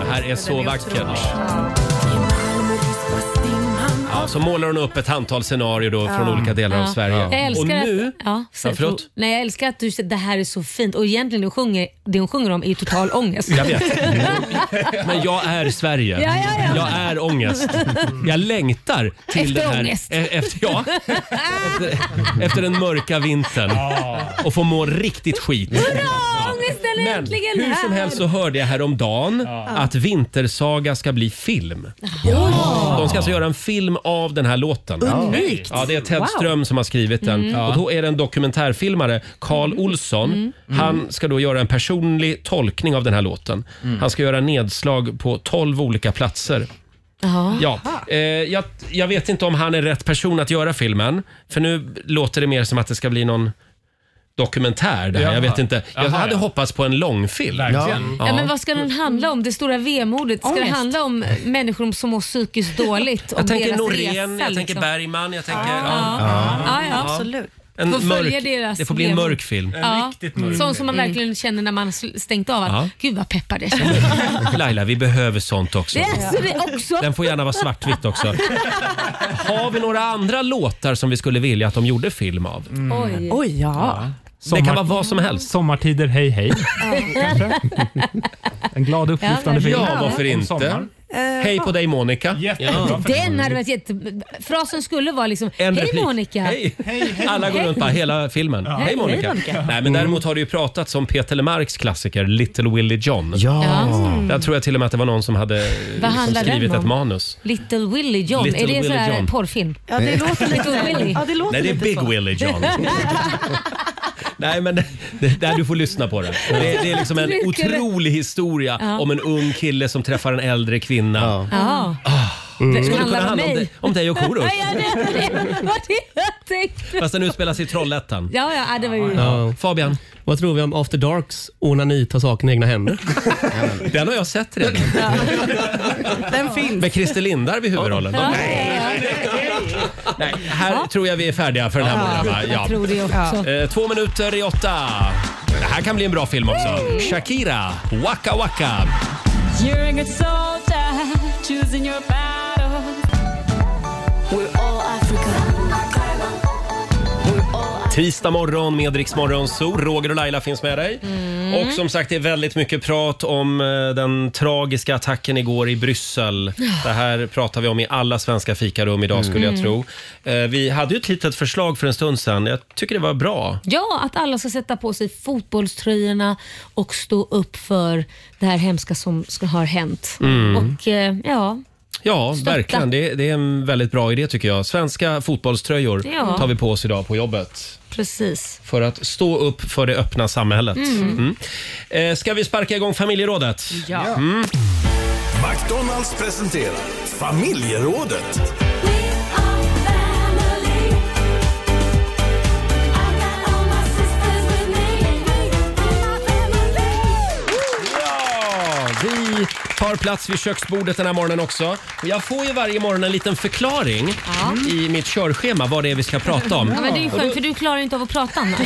Det här är så vackert. Ja, så målar hon upp ett antal scenarier då från olika delar av Ja. Sverige. Jag Och älskar nu... att, ja, så, Ja, förlåt? nej, jag älskar att du säger det här är så fint och egentligen det hon sjunger, det hon sjunger om är ju total ångest. Jag vet. Men jag är Sverige. Ja, ja, ja. Jag är ångest. Jag längtar till Efter den här... ångest. e- Efter, ja, efter, efter den mörka vintern. Och få må riktigt skit. Hurra, ångesten är Men äntligen hur här! som helst så hörde jag häromdagen att Vintersaga ska bli film. De ska alltså göra en film av den här låten. Unikt. Ja, det är Ted Wow. Ström som har skrivit den. Mm. Och då är det en dokumentärfilmare, Carl Olsson. Mm. Han ska då göra en personlig tolkning av den här låten. Mm. Han ska göra nedslag på 12 olika platser. Ja. Ja, eh, jag, jag vet inte om han är rätt person att göra filmen. För nu låter det mer som att det ska bli någon dokumentär där. Jag Jaha. vet inte. Jag Jaha, hade ja. hoppats på en långfilm. Verkligen. Ja, men vad ska den handla om? Det stora vemodet? Ska det Ångest. handla om människor som mår psykiskt dåligt? Om Jag tänker deras Norén, resa, jag tänker liksom? Bergman, jag tänker... Ja. Ja. Ja, ja. Absolut. En Får följa mörk, deras det får bli en leverne. mörk film. Ja. Sån som man verkligen känner när man sl- stängt av. Att, Ja. Gud vad peppad jag känner. Laila, vi behöver sånt också. Det är så det också. Den får gärna vara svartvitt också. Har vi några andra låtar som vi skulle vilja att de gjorde film av? Mm. Oj. Oj, ja. Det kan vara vad som helst. Sommartider, hej hej. En glad upplyftande Ja, film. varför Om inte? sommar. Hej på dig Monica. Eh, Den hade varit jätte... Frasen skulle vara liksom, En hej replik. Monica. Hej. Alla går runt bara hela filmen. Ja. Hej Monica. Hej, Monica. Nej, men däremot har det ju pratats om Peter Lemarks klassiker Little Willie John. Ja. Mm. Där tror jag till och med att det var någon som hade eh, liksom handlar den skrivit ett om? manus. Little Willie John, Little är det en Willie sån här John. porrfilm? Ja, det låter lite- Little Willie. ja, det låter Nej, det är lite Big så. Willie John. Nej, men det, det, där du får lyssna på det. Det, det är liksom en Tycker du? otrolig historia Ja. om en ung kille som träffar en äldre kvinna. Ja. Det skulle handlar kunna om handla om mig. dig, om dig och Korosh. ja, det, det var det jag tänkte. Fast den utspelas i Trollhättan. Ja, ja, ja, det var ju... Fabian? Vad tror vi om After Darks onani tar saken i egna händer? Den har jag sett redan. Den finns. Med Christer Lindarw i huvudrollen. Ja. Nej, här tror jag vi är färdiga för den här Ja, morgonen. va? jag tror det också. Eh, Två minuter i åtta. Det här kan bli en bra film Mm. också. Shakira, Waka Waka. You're a good soldier, choosing your battle. We're all Africa. Tisdag morgon med Rix Morgon Zoo. Roger och Laila finns med dig. Och som sagt, det är väldigt mycket prat om eh, den tragiska attacken igår i Bryssel. Det här pratar vi om i alla svenska fikarum idag skulle jag Mm. tro. Eh, Vi hade ju ett litet förslag för en stund sedan. Jag tycker det var bra. Ja, att alla ska sätta på sig fotbollströjorna och stå upp för det här hemska som ska, har hänt. Mm. Och eh, ja, Ja, Stötta. verkligen. Det, det är en väldigt bra idé tycker jag. Svenska fotbollströjor Ja. tar vi på oss idag på jobbet. precis. För att stå upp för det öppna samhället. Mm. Mm. Eh, ska vi sparka igång familjerådet? Ja. Mm. McDonalds presenterar familjerådet. Ja, vi tar plats vid köksbordet den här morgonen också. Och Jag får ju varje morgon en liten förklaring i mitt körschema vad det är vi ska prata om. Ja, men det är ju Och då- skönt för du klarar ju inte av att prata annars.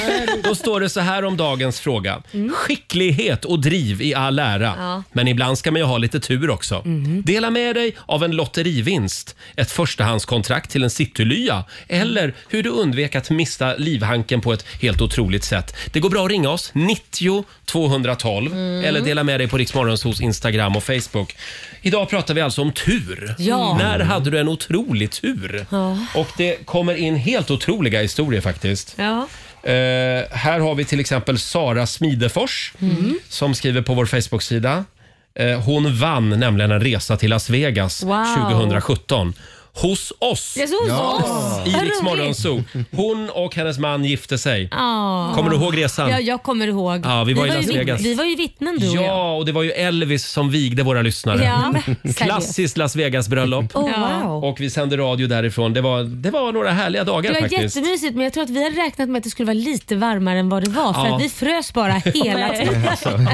Då står det så här om dagens fråga. Mm. Skicklighet och driv i all ära, Ja. Mhm. men ibland ska man ju ha lite tur också. Dela med dig av en lotterivinst, ett förstahandskontrakt till en citylya eller hur du undvek att missa livhanken på ett helt otroligt sätt. Det går bra att ringa oss, 90 212 Mm. eller dela med dig på Riksmorgonsos Instagram och Facebook. Idag pratar vi alltså om tur. Ja. När hade du en otrolig tur? Ja. Och det kommer in helt otroliga historier faktiskt. Ja. Eh, här har vi till exempel Sara Smidefors Mm. som skriver på vår Facebook-sida. Eh, hon vann nämligen en resa till Las Vegas Wow. 2017. Hos oss! Det är så hos oss. I Vad Rix roligt. Morgon Zoo. Hon och hennes man gifte sig. Ja. Kommer du ihåg resan? Ah. Ja, jag kommer ihåg. Ja, vi var i ju Las vit- Vegas. Vi var ju vittnen du och jag. Ja, och det var ju Elvis som vigde våra lyssnare. Ja, men, seriöst. Klassiskt Las Vegas-bröllop. Oh, wow. Och vi sände radio därifrån. Det var, det var några härliga dagar Det var faktiskt. jättemysigt men jag tror att vi hade räknat med att det skulle vara lite varmare än vad det var för Ja. Alltså, att vi frös bara hela tiden.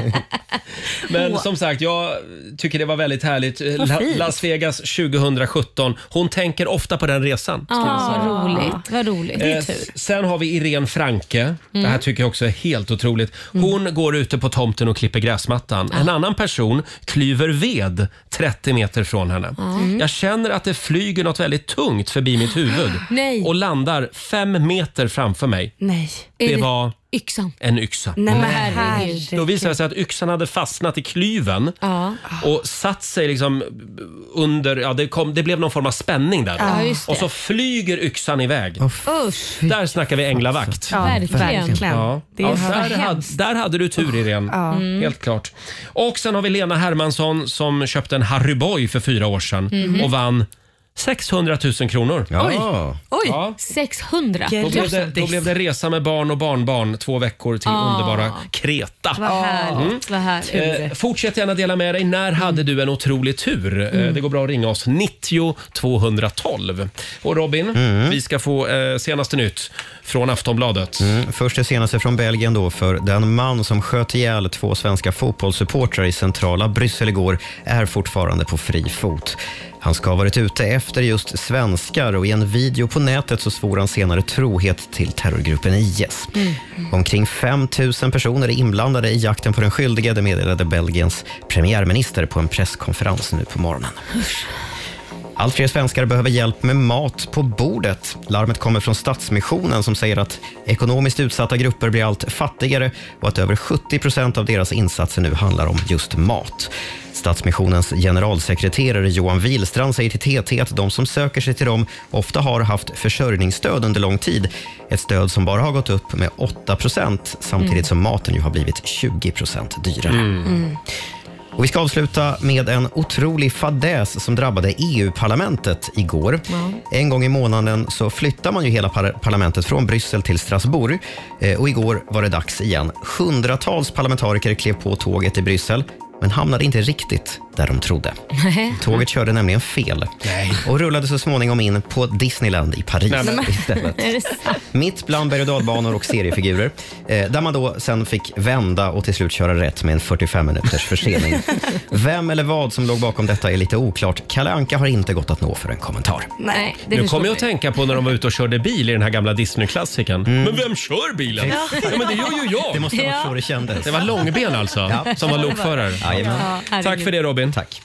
Men som sagt, jag tycker det var väldigt härligt. Vad La- fint. Las Vegas 2017. Hon tänker ofta på den resan. Ja, Ah, vad roligt. Vad roligt. Eh, s- Sen har vi Irene Franke. Det här tycker jag också är helt otroligt. Hon går ute på tomten och klipper gräsmattan. En annan person klyver ved 30 meter från henne. Mm. Jag känner att det flyger något väldigt tungt förbi mitt huvud Nej. och landar fem meter framför mig. Nej. Det var Yxan. en yxa. Nej, men herregud. Då visade det sig att yxan hade fastnat i klyven Ja. och satt sig liksom under, ja, det, kom, det blev någon form av spänning där. Ja, Ah, just det. och så flyger yxan iväg. Usch. Där snackar vi änglavakt. Ja, verkligen. verkligen. Ja. Det Ja, är där, hemskt. hade, där hade du tur Irene, Ja. Mm. helt klart. Och sen har vi Lena Hermansson som köpte en Harry Boy för fyra år sedan Mhm. och vann 600 000 kronor. Oj, Ja. 600 Då blev, det, då blev det resa med barn och barnbarn två veckor till Ah. underbara Kreta. Vad Mm. härligt. Vad härligt. Eh, fortsätt gärna dela med dig. När hade du en otrolig tur? Eh, Mm. Det går bra att ringa oss. 90 212. Och Robin, vi ska få eh, senaste nytt från Aftonbladet. Mm. Först det senaste från Belgien då, för den man som sköt ihjäl två svenska fotbollssupportrar i centrala Bryssel igår är fortfarande på fri fot. Han ska ha varit ute efter just svenskar och i en video på nätet så svor han senare trohet till terrorgruppen IS. Mm. Omkring 5 000 personer är inblandade i jakten på den skyldige, det meddelade Belgiens premiärminister på en presskonferens nu på morgonen. Allt fler svenskar behöver hjälp med mat på bordet. Larmet kommer från Stadsmissionen som säger att ekonomiskt utsatta grupper blir allt fattigare och att över 70 procent av deras insatser nu handlar om just mat. Stadsmissionens generalsekreterare Johan Wilstrand säger till TT att de som söker sig till dem ofta har haft försörjningsstöd under lång tid. Ett stöd som bara har gått upp med 8 procent samtidigt Mm. som maten ju har blivit 20 procent dyrare. Mm. Och vi ska avsluta med en otrolig fadäs som drabbade EU-parlamentet igår. En gång i månaden så flyttar man ju hela par- parlamentet från Bryssel till Strasbourg. Eh, och igår var det dags igen. Hundratals parlamentariker klev på tåget till Bryssel men hamnade inte riktigt där de trodde. Eh, Tåget körde nämligen fel och rullade så småningom in på Disneyland i Paris Nej, men- istället. Är det sant? Mitt bland berg och dalbanor och seriefigurer. Eh, där man då sen fick vända och till slut köra rätt med en 45 minuters försening. Vem eller vad som låg bakom detta är lite oklart. Kalle Anka har inte gått att nå för en kommentar. Nej, det Nu förstår kommer jag vi. att tänka på när de var ute och körde bil i den här gamla Disney-klassikern. Mm. Men vem kör bilen? Ja. Ja, men det gör ju jag. Det måste ha varit Ja. så det kändes. Det var Långben alltså, Ja. som var Ja, det var- lokförare. Jajamän. Ja, herregud. Tack för det Robin. Tack.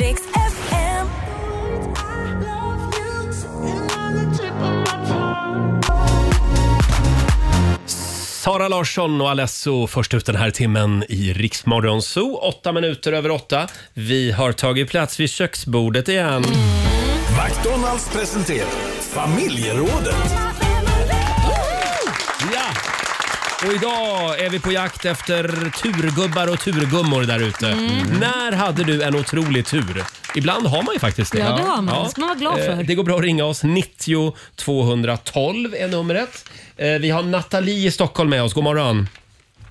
Rix FM. Sara Larsson och Alesso först ut den här timmen i Riksmorgon Zoo. Åtta minuter över åtta. Vi har tagit plats vid köksbordet igen. Mm. McDonalds presenterar Familjerådet. Ja! Och idag är vi på jakt efter turgubbar och turgummor där ute. Mm. Mm. När hade du en otrolig tur? Ibland har man ju faktiskt det. Ja, det har man. Det ska man vara glad för. Eh, Det går bra att ringa oss. 90 212 är numret. Eh, Vi har Nathalie i Stockholm med oss. God morgon.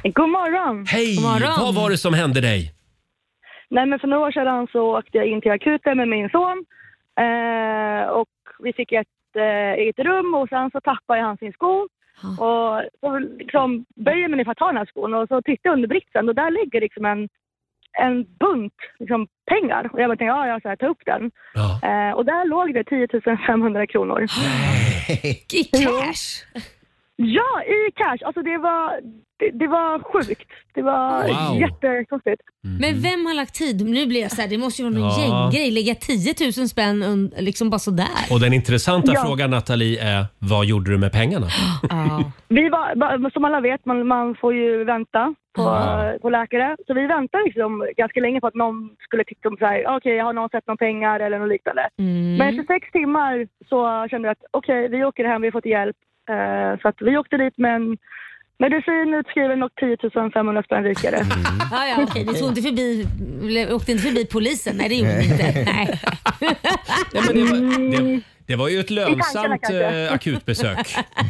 God morgon! Hej! Vad var det som hände dig? Nej, men för några år sedan så åkte jag in till akuten med min son. Eh, och vi fick ett eh, eget rum och sen så tappade jag han sin sko. Och så liksom böjer man ner för att ta den här skon och så tittar jag under britsen och där ligger liksom en, en bunt liksom, pengar. Och jag bara tänkte, ja, jag så här, ta upp den. Eh, och där låg det 10 500 kronor. I cash? Ja, i cash. Alltså det var, det, det var sjukt. Det var Wow. jättekonstigt. Men vem har lagt tid? Nu blir jag så här, det måste ju vara någon Ja. gänggrej. Lägga 10 000 spänn und- liksom bara sådär. Och den intressanta Ja. frågan Nathalie är, vad gjorde du med pengarna? Vi var, ba- som alla vet, man, man får ju vänta på, Ja. på läkare. Så vi väntade liksom ganska länge på att någon skulle titta om så här, okej, har någon sett någon pengar eller något liknande. Mm. Men efter sex timmar så kände jag att okej, vi åker hem, vi har fått hjälp. Eh, så att vi åkte dit med en medicin utskriven och 10 500 spänn rikare. Ja, ja, okej. Ni tog inte förbi, åkte inte förbi polisen? Nej, det gjorde ni inte. Nej. Det, det var ju ett tankarna lönsamt kanske. eh, akutbesök.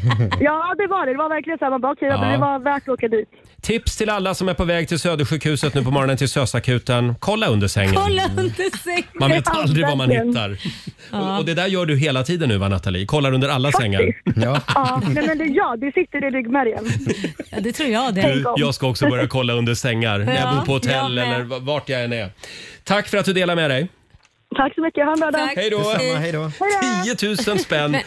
ja, det var det. Det var verkligen så här, man bara okej, Ja. det var värt att åka dit. Tips till alla som är på väg till Södersjukhuset nu på morgonen till SÖS-akuten. Kolla under sängen. Kolla under sängen. Man vet aldrig vad man hittar. Och, och det där gör du hela tiden nu va Nathalie? Kollar under alla sängar. Ja. Ja, nej, men det, ja, det sitter i ryggmärgen. Ja, det tror jag det. Du, jag ska också börja kolla under sängar när jag Ja, bor på hotell jag med. eller v- vart jag än är. Tack för att du delar med dig. Tack så mycket. Ha en bra dag. Hej då. Detsamma, hej då. 10 000 spänn Men-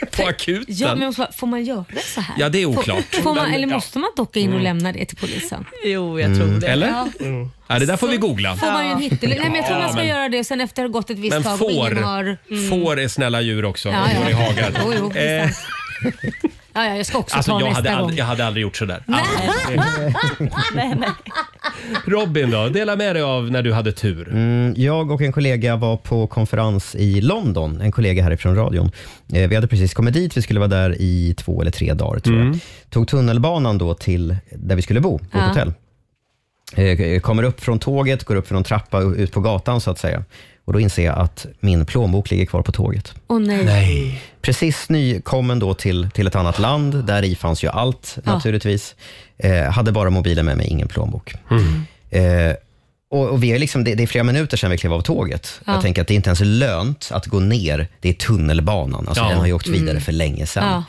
på Ja, men akuten. jag måste bara, får man göra så här? Ja, det är oklart. Får, får man, Men- eller ja. måste man docka in och Mm. lämna det till polisen? Jo, Mm. Eller? Ja. Ja, det där får vi googla. Får man ju en hittel? Nej, men jag tror Ja, man ska men- göra det sen efter det har gått ett visst Men tag och ingen får, har... Mm. får är snälla djur också. Ja, De ja. går i hagar. Jo, jo, det är Eh, Ja, ja, jag ska också alltså, ta jag, nästa hade gång. aldrig, jag hade aldrig gjort sådär. Nej. nej, nej. Robin då, dela med dig av när du hade tur. Mm, jag och en kollega var på konferens i London, en kollega härifrån radion. Eh, vi hade precis kommit dit, vi skulle vara där i två eller tre dagar tror Mm. jag. Tog tunnelbanan då till där vi skulle bo, vårt Ja. hotell. Eh, kommer upp från tåget, går upp för någon trappa och ut på gatan så att säga. Och då inser jag att min plånbok ligger kvar på tåget. Åh nej. Precis nykommen då till, till ett annat land, där i fanns ju allt Ja. naturligtvis. Eh, hade bara mobilen med mig, ingen plånbok. Eh, och, och vi är liksom, det, det är flera minuter sedan vi klev av tåget. Ja. Jag tänker att det är inte ens lönt att gå ner, det är tunnelbanan. Alltså, Ja. Den har ju åkt vidare Mm. för länge sedan.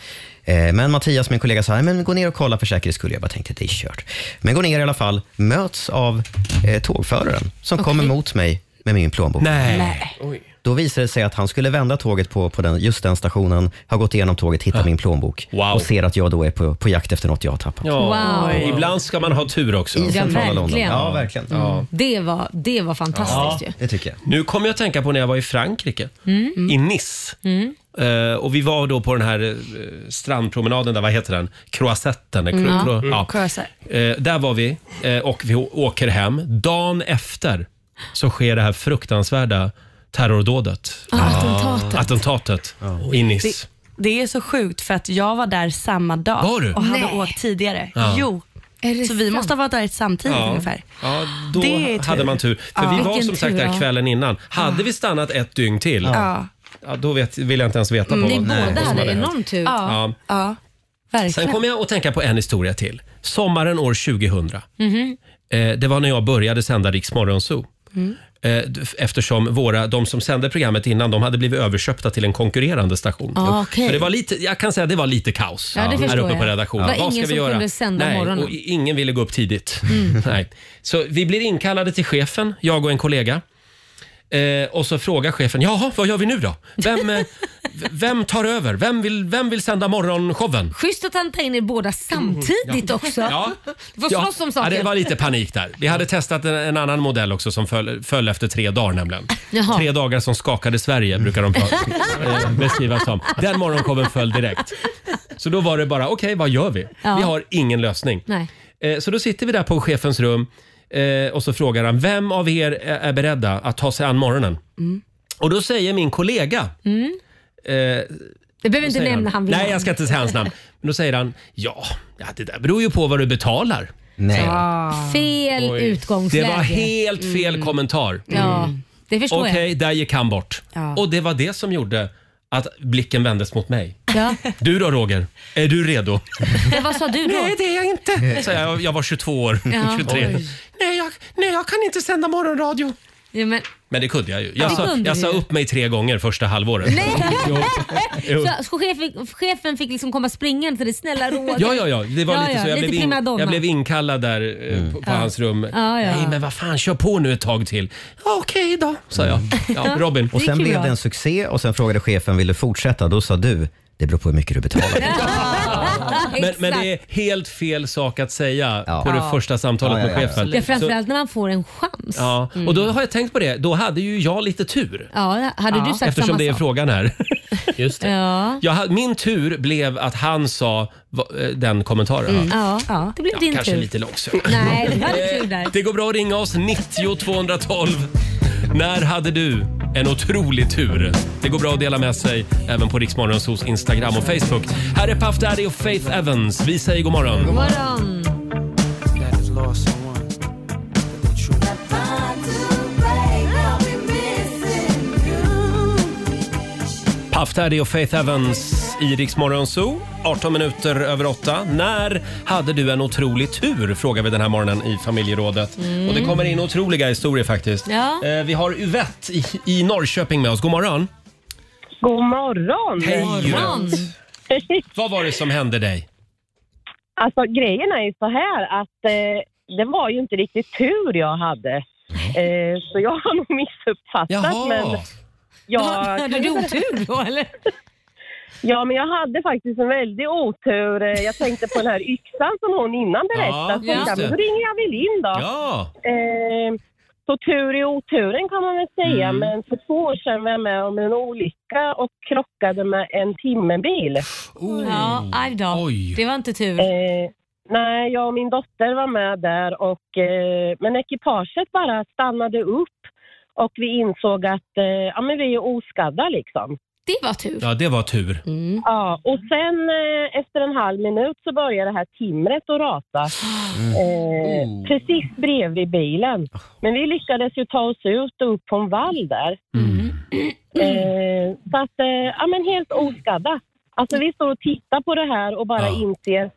Eh, Men Mattias, min kollega, sa "Nej, men gå ner och kolla för säkerhets skull. Jag bara tänkte det är kört. Men går ner i alla fall, möts av eh, tågföraren som kommer mot mig med min plånbok. Nej. Nej. Då visade det sig att han skulle vända tåget på, på den, just den stationen, har gått igenom tåget, hittat min plånbok och ser att jag då är på, på jakt efter något jag har tappat. Ja, Wow. ibland ska man ha tur också. I Ja, centrala London. verkligen. Ja, verkligen. Ja. Mm. Det var, det var fantastiskt ju. det tycker jag. Nu kommer jag att tänka på när jag var i Frankrike, Mm. i Nice. Mm. Eh, och vi var då på den här eh, strandpromenaden där, vad heter den? Croisetten. eh, Cro- Ja. cro- ja. Eh, där var vi eh, och vi å- åker hem. Dagen efter så sker det här fruktansvärda terrordådet. Ah, attentatet. Attentatet i Nice. Det, det är så sjukt för att jag var där samma dag Var du? och hade Nej. åkt tidigare. Ja. Jo. Så vi måste ha varit där samtidigt Ja. ungefär. Ja, då Det är tur. hade man tur. För Ja. vi var Vilken som sagt tur, där ja. kvällen innan. Hade vi stannat ett dygn till, Ja. Mm, ja, då vet, vill jag inte ens veta på Ni vad, vad båda som hade hade hänt. enorm tur. Ja. ja. Verkligen. Sen kommer jag att tänka på en historia till. Sommaren år 2000. Mhm. Eh, det var när jag började sända Rix Morgonzoo. Mm. Eh, d- Eftersom våra, de som sände programmet innan de hade blivit överköpta till en konkurrerande station. Ah, okej. Så det var lite, jag kan säga att det var lite kaos Ja, det här förstår uppe jag. på redaktionen. Det var Vad ingen ska vi som göra? kunde sända Nej, morgonen. Mm. och i- ingen ville gå upp tidigt. Nej. Så vi blir inkallade till chefen, jag och en kollega. Eh, och så frågar chefen, jaha, vad gör vi nu då? Vem, eh, v- vem tar över? Vem vill, vem vill sända morgonshowen? Schysst att han tar in er båda samtidigt också. Ja. Du får slåss om saken. Ja, det var lite panik där. Vi hade testat en, en annan modell också som föll, föll efter tre dagar nämligen. Jaha. Tre dagar som skakade Sverige brukar Mm. de pra- eh, beskrivas som. Den morgonshowen föll direkt. Så då var det bara, okej vad gör vi? Ja. Vi har ingen lösning. Nej. Eh, Så då sitter vi där på chefens rum eh, och så frågar han, vem av er är är beredda att ta sig an morgonen? Mm. Och då säger min kollega Mm. eh, Vi behöver inte säger nämna han, han vid Nej, namn. jag ska inte säga hans namn. Men då säger han, ja, ja, det där beror ju på vad du betalar. Nej. Fel Oj. utgångsläge. Mm. Det var helt fel kommentar. Mm. Ja, det förstår Okej, där gick han bort. Ja. Och det var det som gjorde att blicken vändes mot mig. jag. Ja. Du då Roger, är du redo? Ja, Vad sa du då? Nej, det är jag inte. Så jag, jag var 22 år, Ja. 23. Oj. Nej jag, nej, jag kan inte sända morgonradio. Ja, men, Men det kunde jag ju. Ja, Jag, det sa, kunde jag du sa ju. upp mig tre gånger första halvåret. Nej. Jo, jo. så, så chefen, chefen fick liksom komma springande till det snälla Roger. Ja, ja, ja. Det var lite så. Jag, blev, in, primadonna. jag blev inkallad där eh, Mm. på, på Ja. hans rum. Ja, ja. Nej, men vad fan, kör på nu ett tag till. Okej då, sa Mm. jag. Ja, Robin. Och sen blev det en succé och sen frågade chefen, vill du fortsätta? Då sa du, det beror på hur mycket du betalar. Men, men det är helt fel sak att säga på det Ja. första samtalet Ja, ja, ja, med chefen. Ja, Så- framförallt när man får en chans. Mm. Ja, och då har jag tänkt på det. Då hade ju jag lite tur. Ja, hade du sagt Eftersom samma det är sak? frågan här. Just Ja. Jag, ha- min tur blev att han sa va- eh, den kommentaren. Mm. Ja. det blev Ja, din kanske tur. lite långsökt. Nej, du hade tur Eh, där. Det går bra att ringa oss, 90 212. När hade du en otrolig tur? Det går bra att dela med sig även på Riksmorgonsos Instagram och Facebook. Här är Puff Daddy och Faith Evans. Vi säger god morgon. God morgon. Puff Daddy och Faith Evans i Rix Morgon Zoo. 18 minuter över 8. När hade du en otrolig tur? Frågar vi den här morgonen i familjerådet. Mm. Och det kommer in otroliga historier faktiskt. Ja. Eh, Vi har Yvette i, i Norrköping med oss. God morgon! God morgon! Hej Yvette! Vad var det som hände dig? Alltså grejen är ju så här att eh, det var ju inte riktigt tur jag hade. Eh, så jag har nog missuppfattat. Jaha. Men jag, Hade du otur då eller? Ja, men jag hade faktiskt en väldig otur. Eh, Jag tänkte på den här yxan som hon innan Ja, berättade. just Ja, men det. då ringer jag väl in då. Ja. Eh, så tur i oturen kan man väl säga, Mm. men för två år sedan var jag med om en olycka och krockade med en timmerbil. Ja, aj då. Det var inte tur. Eh, nej, jag och min dotter var med där, och, eh, men ekipaget bara stannade upp och vi insåg att eh, ja, men vi är oskadda liksom. Det var tur. Ja, det var tur. Mm. Ja, och sen eh, efter en halv minut så börjar det här timret att rasa. Eh, Precis bredvid bilen. Men vi lyckades ju ta oss ut och upp på en vall där. Mm. Eh, så att, eh, ja men helt oskadda. Alltså vi står och tittar på det här och bara inser,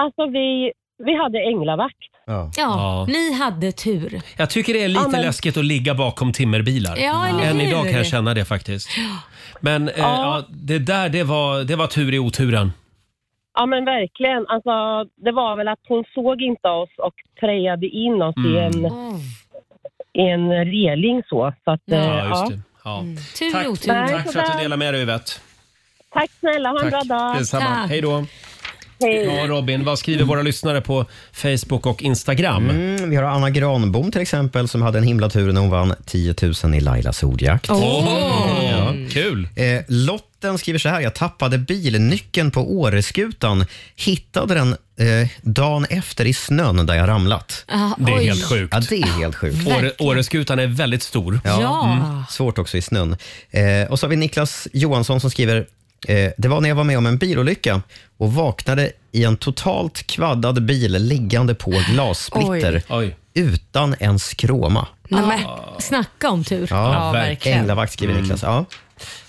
alltså vi, vi hade änglavakt. Ja. Ja, ni hade tur. Jag tycker det är lite Ja, men- läskigt att ligga bakom timmerbilar. Ja, eller Än hur? idag kan jag känna det faktiskt. Men eh, ja. det där det var, det var tur i oturen. Ja men verkligen. Mm. Alltså, det var väl att hon såg inte oss och prejade in oss i en... i en reling så. så att, eh, Ja, just det. Ja. Mm. Tur Tack, i otur. tack för att du delade med dig Yvette. Tack snälla, ha en Tack. bra dag. Detsamma. Hej då. Ja, Robin, vad skriver våra lyssnare på Facebook och Instagram? Mm, vi har Anna Granbom till exempel som hade en himla tur när hon vann 10 000 i Lailas ordjakt. Kul! Eh, Lotten skriver så här. Jag tappade bilnyckeln på Åreskutan. Hittade den eh, dagen efter i snön där jag ramlat. Ah, Det är oj. helt sjukt. Ja, det är helt sjukt. Mm. Åre- Åreskutan är väldigt stor. Ja. Svårt också i snön. Eh, och så har vi Niklas Johansson som skriver eh, det var när jag var med om en bilolycka och vaknade i en totalt kvaddad bil liggande på glassplitter Oj. utan en skråma. Nej, men, snacka om tur. Änglavakt skriver Niklas. Ja. Mm.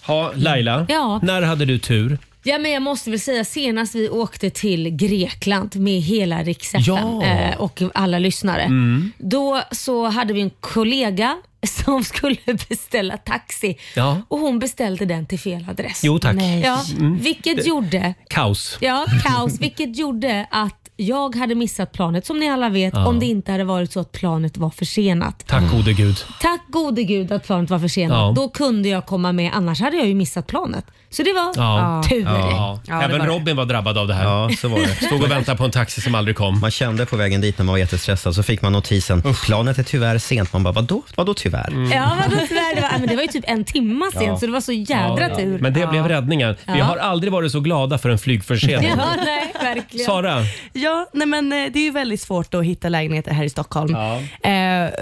Ha, Laila, Ja. när hade du tur? Ja, men jag måste väl säga senast vi åkte till Grekland med hela riks Ja. eh, och alla lyssnare. Mm. Då så hade vi en kollega som skulle beställa taxi Ja. och hon beställde den till fel adress. Jo, tack. Nej. Ja, Mm. vilket Det- gjorde Kaos. Ja, kaos, vilket gjorde att jag hade missat planet som ni alla vet Ja. om det inte hade varit så att planet var försenat. Tack gode gud. Tack gode gud att planet var försenat. Ja. Då kunde jag komma med, annars hade jag ju missat planet. Så det var Ja. tur. Ja. Även Robin var drabbad av det här. Ja, så var det. Stod och väntade på en taxi som aldrig kom. Man kände på vägen dit när man var jättestressad, så fick man notisen planet är tyvärr sent. Man bara, vadå, vadå tyvärr? Mm. Ja, vadå tyvärr? Det var, men det var ju typ en timma Ja. sen så det var så jädra Ja, tur. Men det blev räddningen. Vi Ja. har aldrig varit så glada för en flygförsening. Ja, nej, verkligen. Sara, Ja, nej men eh, det är ju väldigt svårt att hitta lägenheter här i Stockholm. Eh,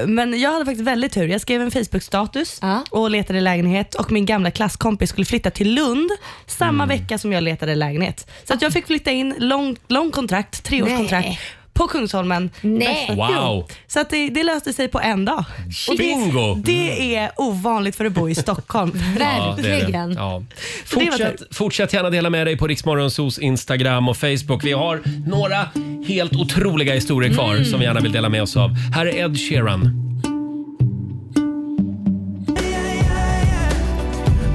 men jag hade faktiskt väldigt tur. Jag skrev en Facebook-status och letade lägenhet och min gamla klasskompis skulle flytta till Lund samma Mm. vecka som jag letade lägenhet. Så att jag fick flytta in, lång, lång kontrakt, treårskontrakt. Nej. På Kungsholmen. Nej. Jo. Wow. Så att det, det löste sig på en dag. Och Bingo. Det, det är ovanligt för att bo i Stockholm. Ja, det är det. Ja. Så det var Fortsätt, fortsätt gärna dela med dig på Riksmorgonsos Instagram och Facebook. Vi har några helt otroliga historier kvar Mm. som vi gärna vill dela med oss av. Här är Ed Sheeran.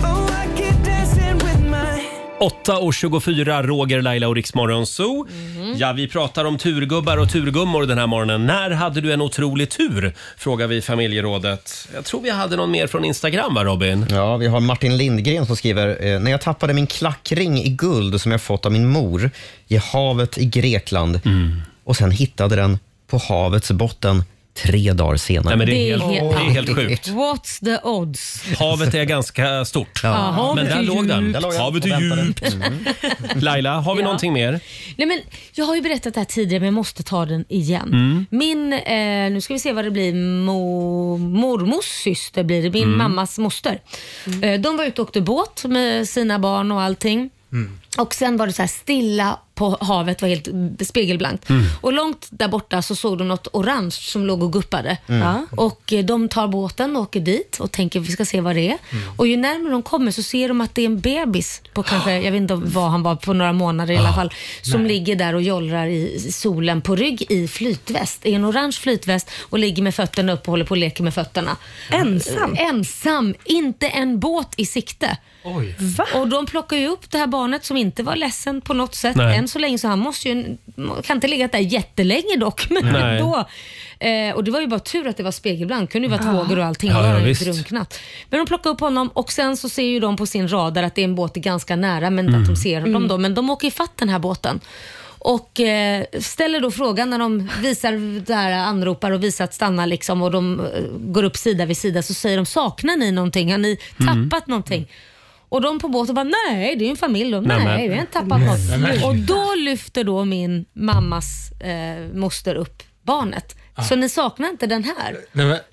Oh, I keep dancing with my 8 och 24, Roger, Laila och Riksmorgonso. Mhm. Ja, vi pratar om turgubbar och turgummor den här morgonen. När hade du en otrolig tur? Frågar vi familjerådet. Jag tror vi hade någon mer från Instagram, va Robin? Ja, vi har Martin Lindgren som skriver, eh, när jag tappade min klackring i guld som jag fått av min mor i havet i Grekland Mm. och sen hittade den på havets botten tre dagar senare. Nej, men det är Det är helt- helt- det är helt sjukt. What's the odds? Havet är ganska stort. Ja, havet Men är där låg den. djupt. Där låg den Havet och är väntade. djupt. Laila, har vi Ja. någonting mer? Nej, men jag har ju berättat det här tidigare men jag måste ta den igen. Mm. Min, eh, nu ska vi se vad det blir, mo, mormors syster blir det, min Mm. mammas moster. Eh, de var ute och åkte båt med sina barn och allting. Och sen var det så här stilla på havet, var helt spegelblankt. Mm. Och långt där borta så såg de något orange som låg och guppade. Mm. Ja. Och eh, de tar båten och åker dit och tänker vi ska se vad det är. Mm. Och ju närmare de kommer så ser de att det är en bebis på kanske, jag vet inte vad han var, på några månader i alla fall. Som Ah. nej. ligger där och jollrar i solen på rygg i flytväst. I en orange flytväst och ligger med fötterna upp och håller på och leker med fötterna. Eh, Ensam? Ensam, inte en båt i sikte. Oj. Och de plockar ju upp det här barnet som inte var ledsen på något sätt Nej. än så länge så han måste ju, kan inte ligga där jättelänge dock. Men Nej. ändå. Eh, och det var ju bara tur att det var spegelblankt, kunde ju varit Ja. vågor och allting. Ja, Ja, ja, han hade visst. drunknat. Men de plockar upp honom och sen så ser ju de på sin radar att det är en båt ganska nära men att de ser honom Mm. då. Men de åker ifatt den här båten. Och eh, ställer då frågan när de visar där anropar och visar att stanna liksom och de eh, går upp sida vid sida så säger de saknar ni någonting? Har ni tappat Mm. någonting? Och de på båten bara nej, det är ju en familj. De, Nej, nej, men- vi har inte tappat Nej, något. men- Och då lyfter då min mammas eh, moster upp barnet. Ah. Så ni saknar inte den här?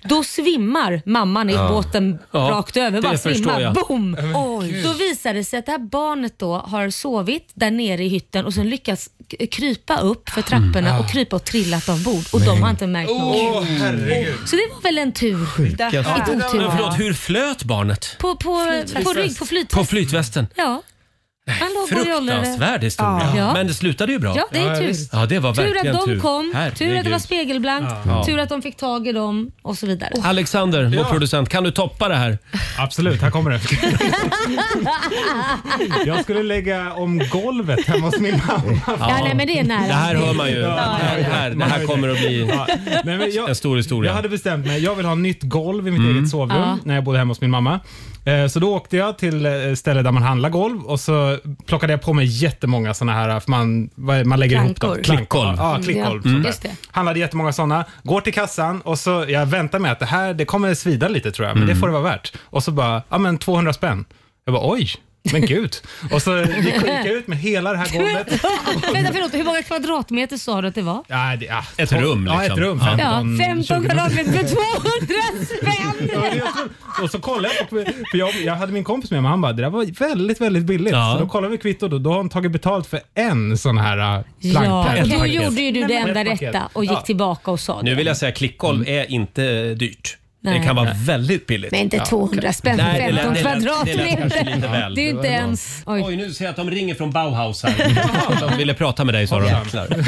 Då svimmar mamman i Ja. båten Ja, rakt över. Bara det förstår svimmar. jag. Boom! Men Oj. gud. Då visar det sig att det här barnet då har sovit där nere i hytten och sen lyckats k- krypa upp för trapporna Mm. Ah. och krypa och trillat av bord. Och de har inte märkt Åh, någonting. herrigud. Så det var väl en tur. Ja. Ett Men otur. förlåt, hur flöt barnet? På, på, på rygg, på flytväst. På flytvästen? Ja. Han låg och jollade. Fruktansvärd historia. Ja. Men det slutade ju bra. Ja, det är ju tur. Ja, det var tur verkligen att de tur. kom, tur att det Herregud. var spegelblankt, Ja. tur att de fick tag i dem och så vidare. Alexander, vår producent, kan du toppa det här? Absolut, här kommer det. Jag skulle lägga om golvet hemma hos min mamma. Ja, nej, men det är nära. Det här hör man ju. Ja, det, här, här, det här kommer att bli Nej, men jag, en stor historia. Mm. jag hade bestämt mig, jag vill ha nytt golv i mitt eget sovrum Ja. när jag bodde hemma hos min mamma. Eh, Så då åkte jag till eh, stället där man handlar golv och så plockade jag på mig jättemånga såna här, för man, vad- man lägger ihop Plankor. dem. Klickgolv. Ja, Mm, klickgolv. ja. sånt Just där. det. Handlade jättemånga såna. Går till kassan och så, jag väntar mig att det här, det kommer svida lite tror jag, men Mm. det får det vara värt. Och så bara, ja men 200 spänn. Jag bara, oj. Men gud. Och så gick gick jag ut med hela det här golvet. Vänta, förlåt, hur många kvadratmeter sa du att det var? Ja, det, ja, Ett tolv- rum, Ja, ett liksom. rum. Ja. 15, Ja, 15 20. kvadratmeter för 200 Ja, det är spänn! jag tror. Och så kollade jag, på, för jag, jag hade min kompis med mig han bara, det där var väldigt, väldigt billigt. Så då kollade vi kvittot och då har han tagit betalt för en sån här äh, planka. Ja, Ett då paket. gjorde ju du det Nej, men- enda ett paket. rätta och gick Ja. tillbaka och sa det. Nu vill jag säga klickgolv Mm. är inte dyrt. Nej. Det kan vara Nej. väldigt billigt. Men inte 200 spänn för Nej, det lät- 15 det lät- det lät kanske kvadratmeter. lite väl. Det är ju Det var inte bra. ens... Oj. nu ser jag att de ringer från Bauhaus här. De ville prata med dig sa de.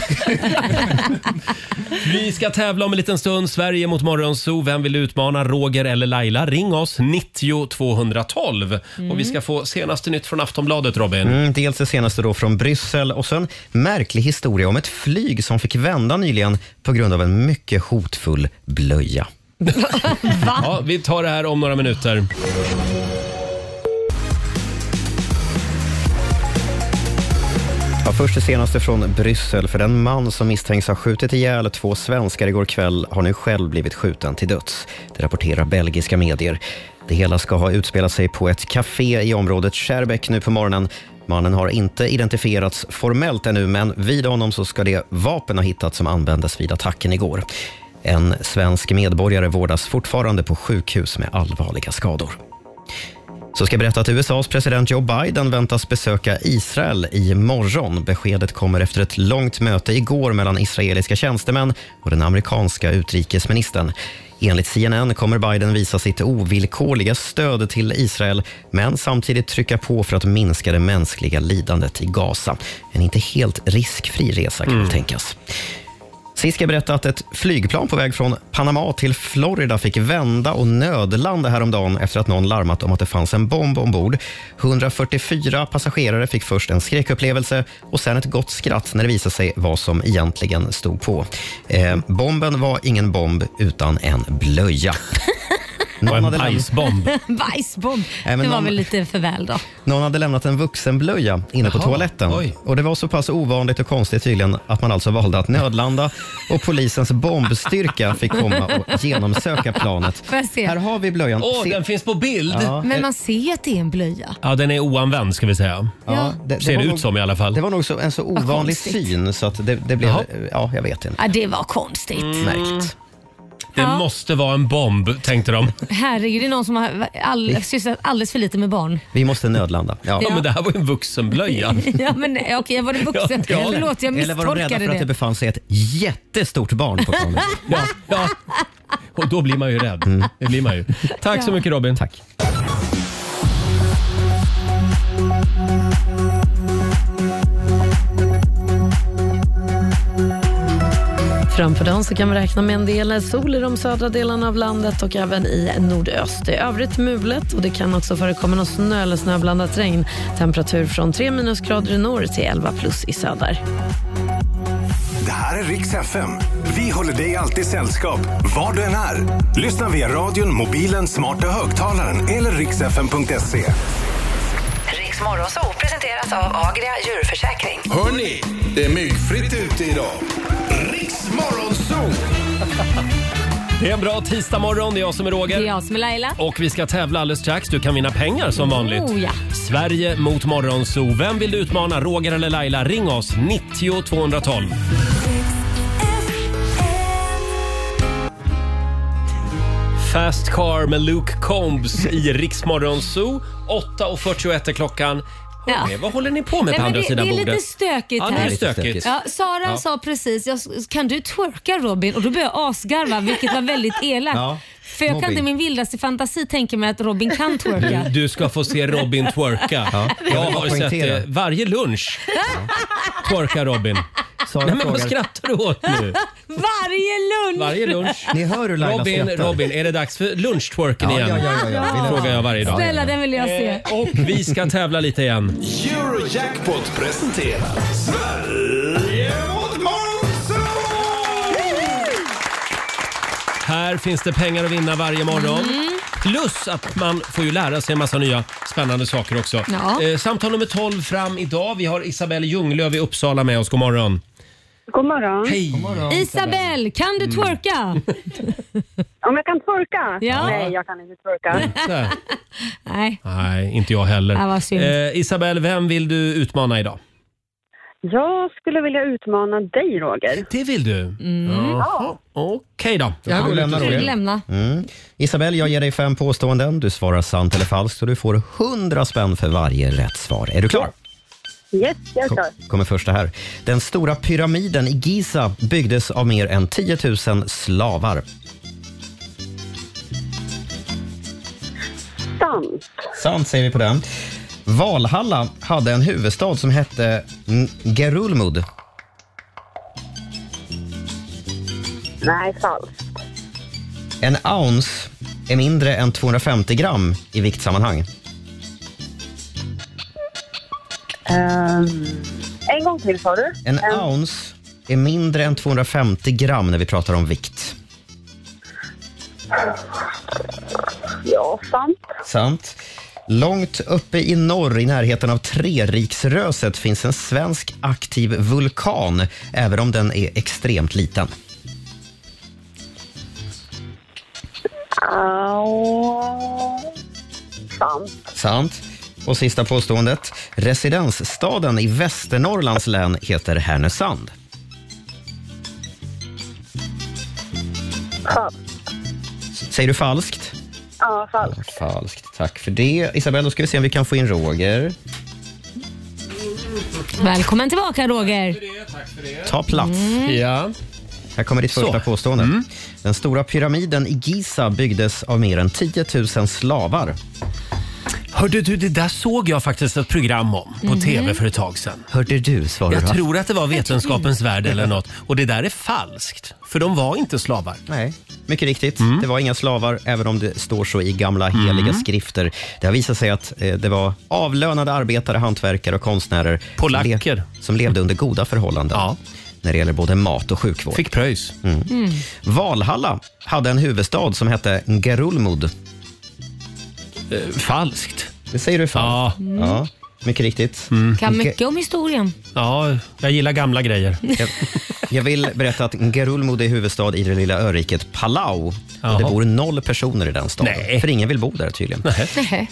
Vi ska tävla om en liten stund. Sverige mot Morgonzoo. Vem vill utmana Roger eller Laila? Ring oss 90 212. Mm. Och vi ska få senaste nytt från Aftonbladet Robin. Mm, dels det senaste då från Bryssel och sen märklig historia om ett flyg som fick vända nyligen på grund av en mycket hotfull blöja. Ja, vi tar det här om några minuter. Ja, först det senaste från Bryssel, för den man som misstänks ha skjutit ihjäl två svenskar igår kväll har nu själv blivit skjuten till döds. Det rapporterar belgiska medier. Det hela ska ha utspelat sig på ett café i området Scherbeck nu på morgonen. Mannen har inte identifierats formellt ännu, men vid honom så ska det vapen ha hittats som användes vid attacken igår. En svensk medborgare vårdas fortfarande på sjukhus med allvarliga skador. Så ska jag berätta att USAs president Joe Biden väntas besöka Israel i morgon. Beskedet kommer efter ett långt möte igår mellan israeliska tjänstemän och den amerikanska utrikesministern. Enligt CNN kommer Biden visa sitt ovillkorliga stöd till Israel men samtidigt trycka på för att minska det mänskliga lidandet i Gaza. En inte helt riskfri resa kan väl tänkas. Sist ska jag berätta att ett flygplan på väg från Panama till Florida fick vända och nödlanda häromdagen efter att någon larmat om att det fanns en bomb ombord. 144 passagerare fick först en skräckupplevelse och sen ett gott skratt när det visade sig vad som egentligen stod på. Eh, bomben var ingen bomb utan en blöja. Någon hade lämnat- Bajsbomb. Nej, men Det var någon- väl lite för väl då. Någon hade lämnat en vuxenblöja inne på Jaha, toaletten. oj. Och Det var så pass ovanligt och konstigt tydligen att man alltså valde att nödlanda och polisens bombstyrka fick komma och genomsöka planet. Får jag se? Här har vi blöjan. Åh, den finns på bild! Ja. Men man ser att det är en blöja. Ja, den är oanvänd ska vi säga. Ja. Ser det var ut nog- som i alla fall. Det var nog så, en så Vad ovanlig konstigt. syn så att det, det blev... Ja, jag vet inte. Ja, det var konstigt. Mm. Märkligt. Det Ja. måste vara en bomb, tänkte de. Herregud, det är någon som har all, sysslat alldeles för lite med barn. Vi måste nödlanda. Ja. Ja, men det här var ju en vuxenblöja. Ja, men nej, okej, jag var en vuxen. Ja, ja. Förlåt, jag Eller var de rädda misstolkade för att det det. befann sig ett jättestort barn på planet? Ja, ja. Och då blir man ju rädd. Det blir man ju. Tack så Ja. mycket Robin. Tack. Framför dagen så kan vi räkna med en del sol i de södra delarna av landet och även i nordöst. I övrigt mulet och det kan också förekomma någon snö eller snöblandat regn. Temperatur från 3 minusgrader i norr till 11 plus i söder. Det här är Riks FM. Vi håller dig alltid sällskap, var du än är. Lyssna via radion, mobilen, smarta högtalaren eller riksfm.se. Riks Morgonzoo presenteras av Agria djurförsäkring. Hörni, det är myggfritt ute idag. Riks Morgonzoo! Det är en bra tisdagmorgon. Det är jag som är Det Roger. är jag som är Laila. Och vi ska tävla alldeles strax. Du kan vinna pengar som vanligt. Oh, ja. Sverige mot Morgonzoo. Vem vill du utmana? Roger eller Laila? Ring oss 90 212. Fast Car med Luke Combs i Rix Morgonzoo. 8.41 är klockan. Hörrni, Vad håller ni på med Nej, på men andra det, sidan det är bordet? lite stökigt Ja, det är här. lite stökigt. Ja, Sara Ja. sa precis, jag, kan du twerka Robin? Och då började jag asgarva, vilket var väldigt elakt. Ja. För jag kan inte i min vildaste fantasi tänka mig att Robin kan twerka. Du, du ska få se Robin twerka. Ja. Jag har ju sett Poängtera. det varje lunch. Twerkar Robin. Sara Nej, men vad frågar- skrattar du åt nu? Varje lunch! Varje lunch. Ni hör hur Laila Robin, skrattar. Robin, är det dags för lunchtwerken Ja, igen? ja, ja, ja, ja. Vill jag- Frågar jag varje dag. Eh, Snälla, den vill jag se. Och vi ska tävla lite igen. Eurojackpot presenterar Sverige mot Här finns det pengar att vinna varje morgon. Mm. Plus att man får ju lära sig en massa nya spännande saker också. Ja. Eh, samtal nummer 12 fram idag. Vi har Isabelle Ljunglöf i Uppsala med oss. God morgon. God morgon. Hej. Mm. Isabel, kan du Mm. twerka? Om jag kan twerka? Ja. Nej, jag kan inte twerka. Där. Nej. Nej, inte jag heller. Ja, vad synd. Eh, Isabelle, vem vill du utmana idag? Jag skulle vilja utmana dig, Roger. Det vill du? Mm. Ja. Okej då. Jag går och lämnar Roger. Lämna. Mm. Isabel, jag ger dig fem påståenden. Du svarar sant eller falskt och du får 100 spänn för varje rätt svar. Är du klar? Yes, jag kör. Kommer första här. Den stora pyramiden i Giza byggdes av mer än 10 000 slavar. Sant. Sant säger vi på den. Valhalla hade en huvudstad som hette N- Gerulmud. Nej, falskt. En ounce är mindre än 250 gram i viktsammanhang. Ehm, en gång till sa du. En ounce är mindre än 250 gram när vi pratar om vikt. Mm. Ja, sant. Sant. Långt uppe i norr i närheten av Treriksröset finns en svensk aktiv vulkan, även om den är extremt liten. Au. Sant. Sant. Och sista påståendet. Residensstaden i Västernorrlands län heter Härnösand. Falskt. Säger du falskt? Ja, falskt. Falskt. Tack för det. Isabelle, då ska vi se om vi kan få in Roger. Välkommen tillbaka Roger. Ta plats. Mm. Ja. Här kommer ditt första Så. Mm. påstående. Den stora pyramiden i Giza byggdes av mer än 10 000 slavar. Hörde du, det där såg jag faktiskt ett program om på Mhm. tv för ett tag sedan. Hörde du, svarar Jag han. tror att det var Vetenskapens värld eller något. Och det där är falskt, för de var inte slavar. Nej. Mycket riktigt. Mm. Det var inga slavar, även om det står så i gamla heliga skrifter. Det har visat sig att eh, det var avlönade arbetare, hantverkare och konstnärer Polacker. Som, le- som levde under goda förhållanden när det gäller både mat och sjukvård. Fick pröjs. Mm. Valhalla hade en huvudstad som hette Ngerulmud. Eh, falskt. Mm. Det säger du falskt. Mm. Ja, mycket riktigt. Kan mycket om historien. Ja, jag gillar gamla grejer. Jag, jag vill berätta att Ngerulmud är huvudstad i det lilla öriket Palau. Och det Jaha. bor noll personer i den staden, för ingen vill bo där tydligen.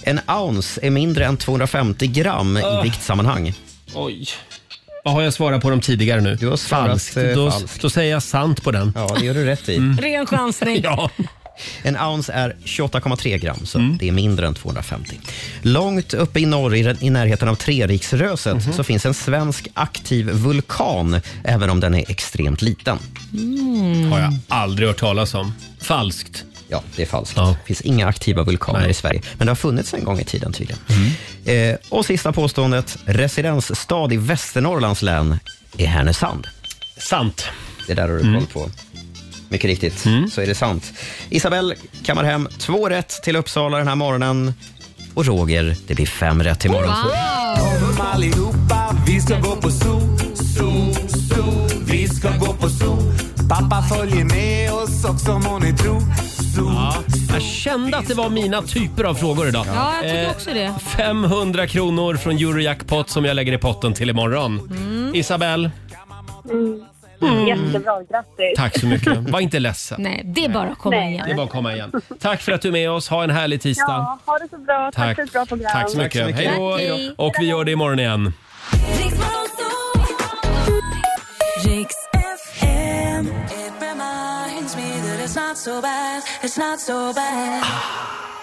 En ounce är mindre än 250 gram Ah. i viktsammanhang. Oj. Vad har jag svarat på dem tidigare nu? Du har svarat, eh, Då, falskt. då säger jag sant på den. Mm. Ja, det gör du rätt i. Ren chansning. ja. En ounce är 28,3 gram, så Mm. det är mindre än 250. Långt uppe i norr, i, den- i närheten av Treriksröset, Mhm. så finns en svensk aktiv vulkan, även om den är extremt liten. Mm. Har jag aldrig hört talas om. Falskt. Ja, det är falskt. Det finns inga aktiva vulkaner i Sverige, men det har funnits en gång i tiden tydligen. Mm. Eh, och sista påståendet, residensstad i Västernorrlands län är Härnösand. Sant. Det där har du koll på. Mycket riktigt, så är det sant. Isabelle kammar hem två rätt till Uppsala den här morgonen. Och Roger, det blir fem rätt till morgon. Kom allihopa, vi ska gå på zoo, zoo, zoo. Vi ska gå på zoo. Pappa följer med oss också må ni tro. Ja, jag kände att det var mina typer av frågor idag. Ja, jag tycker Eh, också det. 500 kronor från Eurojackpot som jag lägger i potten till imorgon. Isabelle, Mm. Mm. Jättebra, grattis. tack så mycket. Var inte ledsen. Nej, det är bara att komma Nej. Det är igen. bara att komma igen. Tack för att du är med oss. Ha en härlig tisdag. Ja, ha det så bra. Tack, Tack. för ett bra program. Tack så mycket. Hej då. Och vi gör det imorgon igen. Riks FM. It reminds me that it's not so bad, it's not so bad.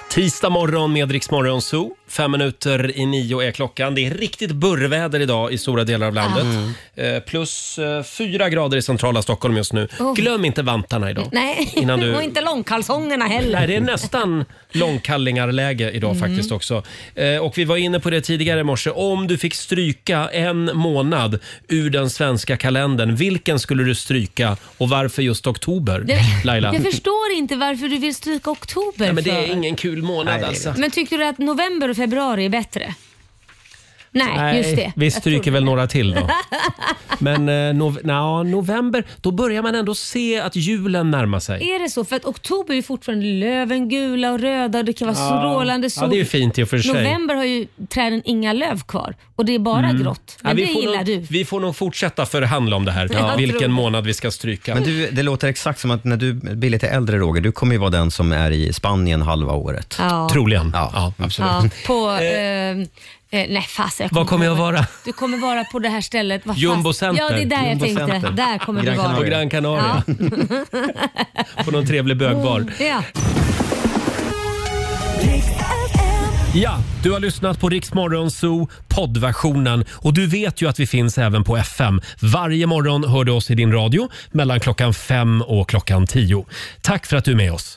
Tisdag morgon med Rix Morgon Zoo. Fem minuter i nio är klockan. Det är riktigt burrväder idag i stora delar av landet. Eh, Plus eh, fyra grader i centrala Stockholm just nu. Oh. Glöm inte vantarna idag. Nej, Innan du- och inte långkalsongerna heller. Nej, det är nästan långkallingarläge idag Mm. faktiskt också. Eh, och vi var inne på det tidigare i morse. Om du fick stryka en månad ur den svenska kalendern, vilken skulle du stryka och varför just oktober? Det- Laila? Jag förstår inte varför du vill stryka oktober Nej, men det är för. ingen kul månad alltså. Men tyckte du att november och februari är bättre? Nej, just det. Vi Jag stryker tror- väl några till då. Men eh, nov- nja, november, då börjar man ändå se att julen närmar sig. Är det så? För att oktober är ju fortfarande löven gula och röda och det kan vara Ja. strålande Ja, sol. det är ju fint i och för sig. November har ju träden inga löv kvar och det är bara Mm. grått. Ja, Men vi det får gillar nog, du. Vi får nog fortsätta förhandla om det här, Ja. vilken Jag tror- månad vi ska stryka. Men du, det låter exakt som att när du blir lite äldre, Roger, du kommer ju vara den som är i Spanien halva året. Ja. Troligen. Ja, absolut. Ja, på... Eh, eh, nej, fasen. Vad kommer jag vara? Du kommer vara på det här stället. Vad fan- Jumbo Center. Ja, det är där jag Jumbo tänkte. Center. Där kommer du vara. På Gran Canaria. på någon trevlig bögbar. Ja. Ja, du har lyssnat på Rix Morgon Zoo poddversionen och du vet ju att vi finns även på FM. Varje morgon hör du oss i din radio mellan klockan fem och klockan tio. Tack för att du är med oss.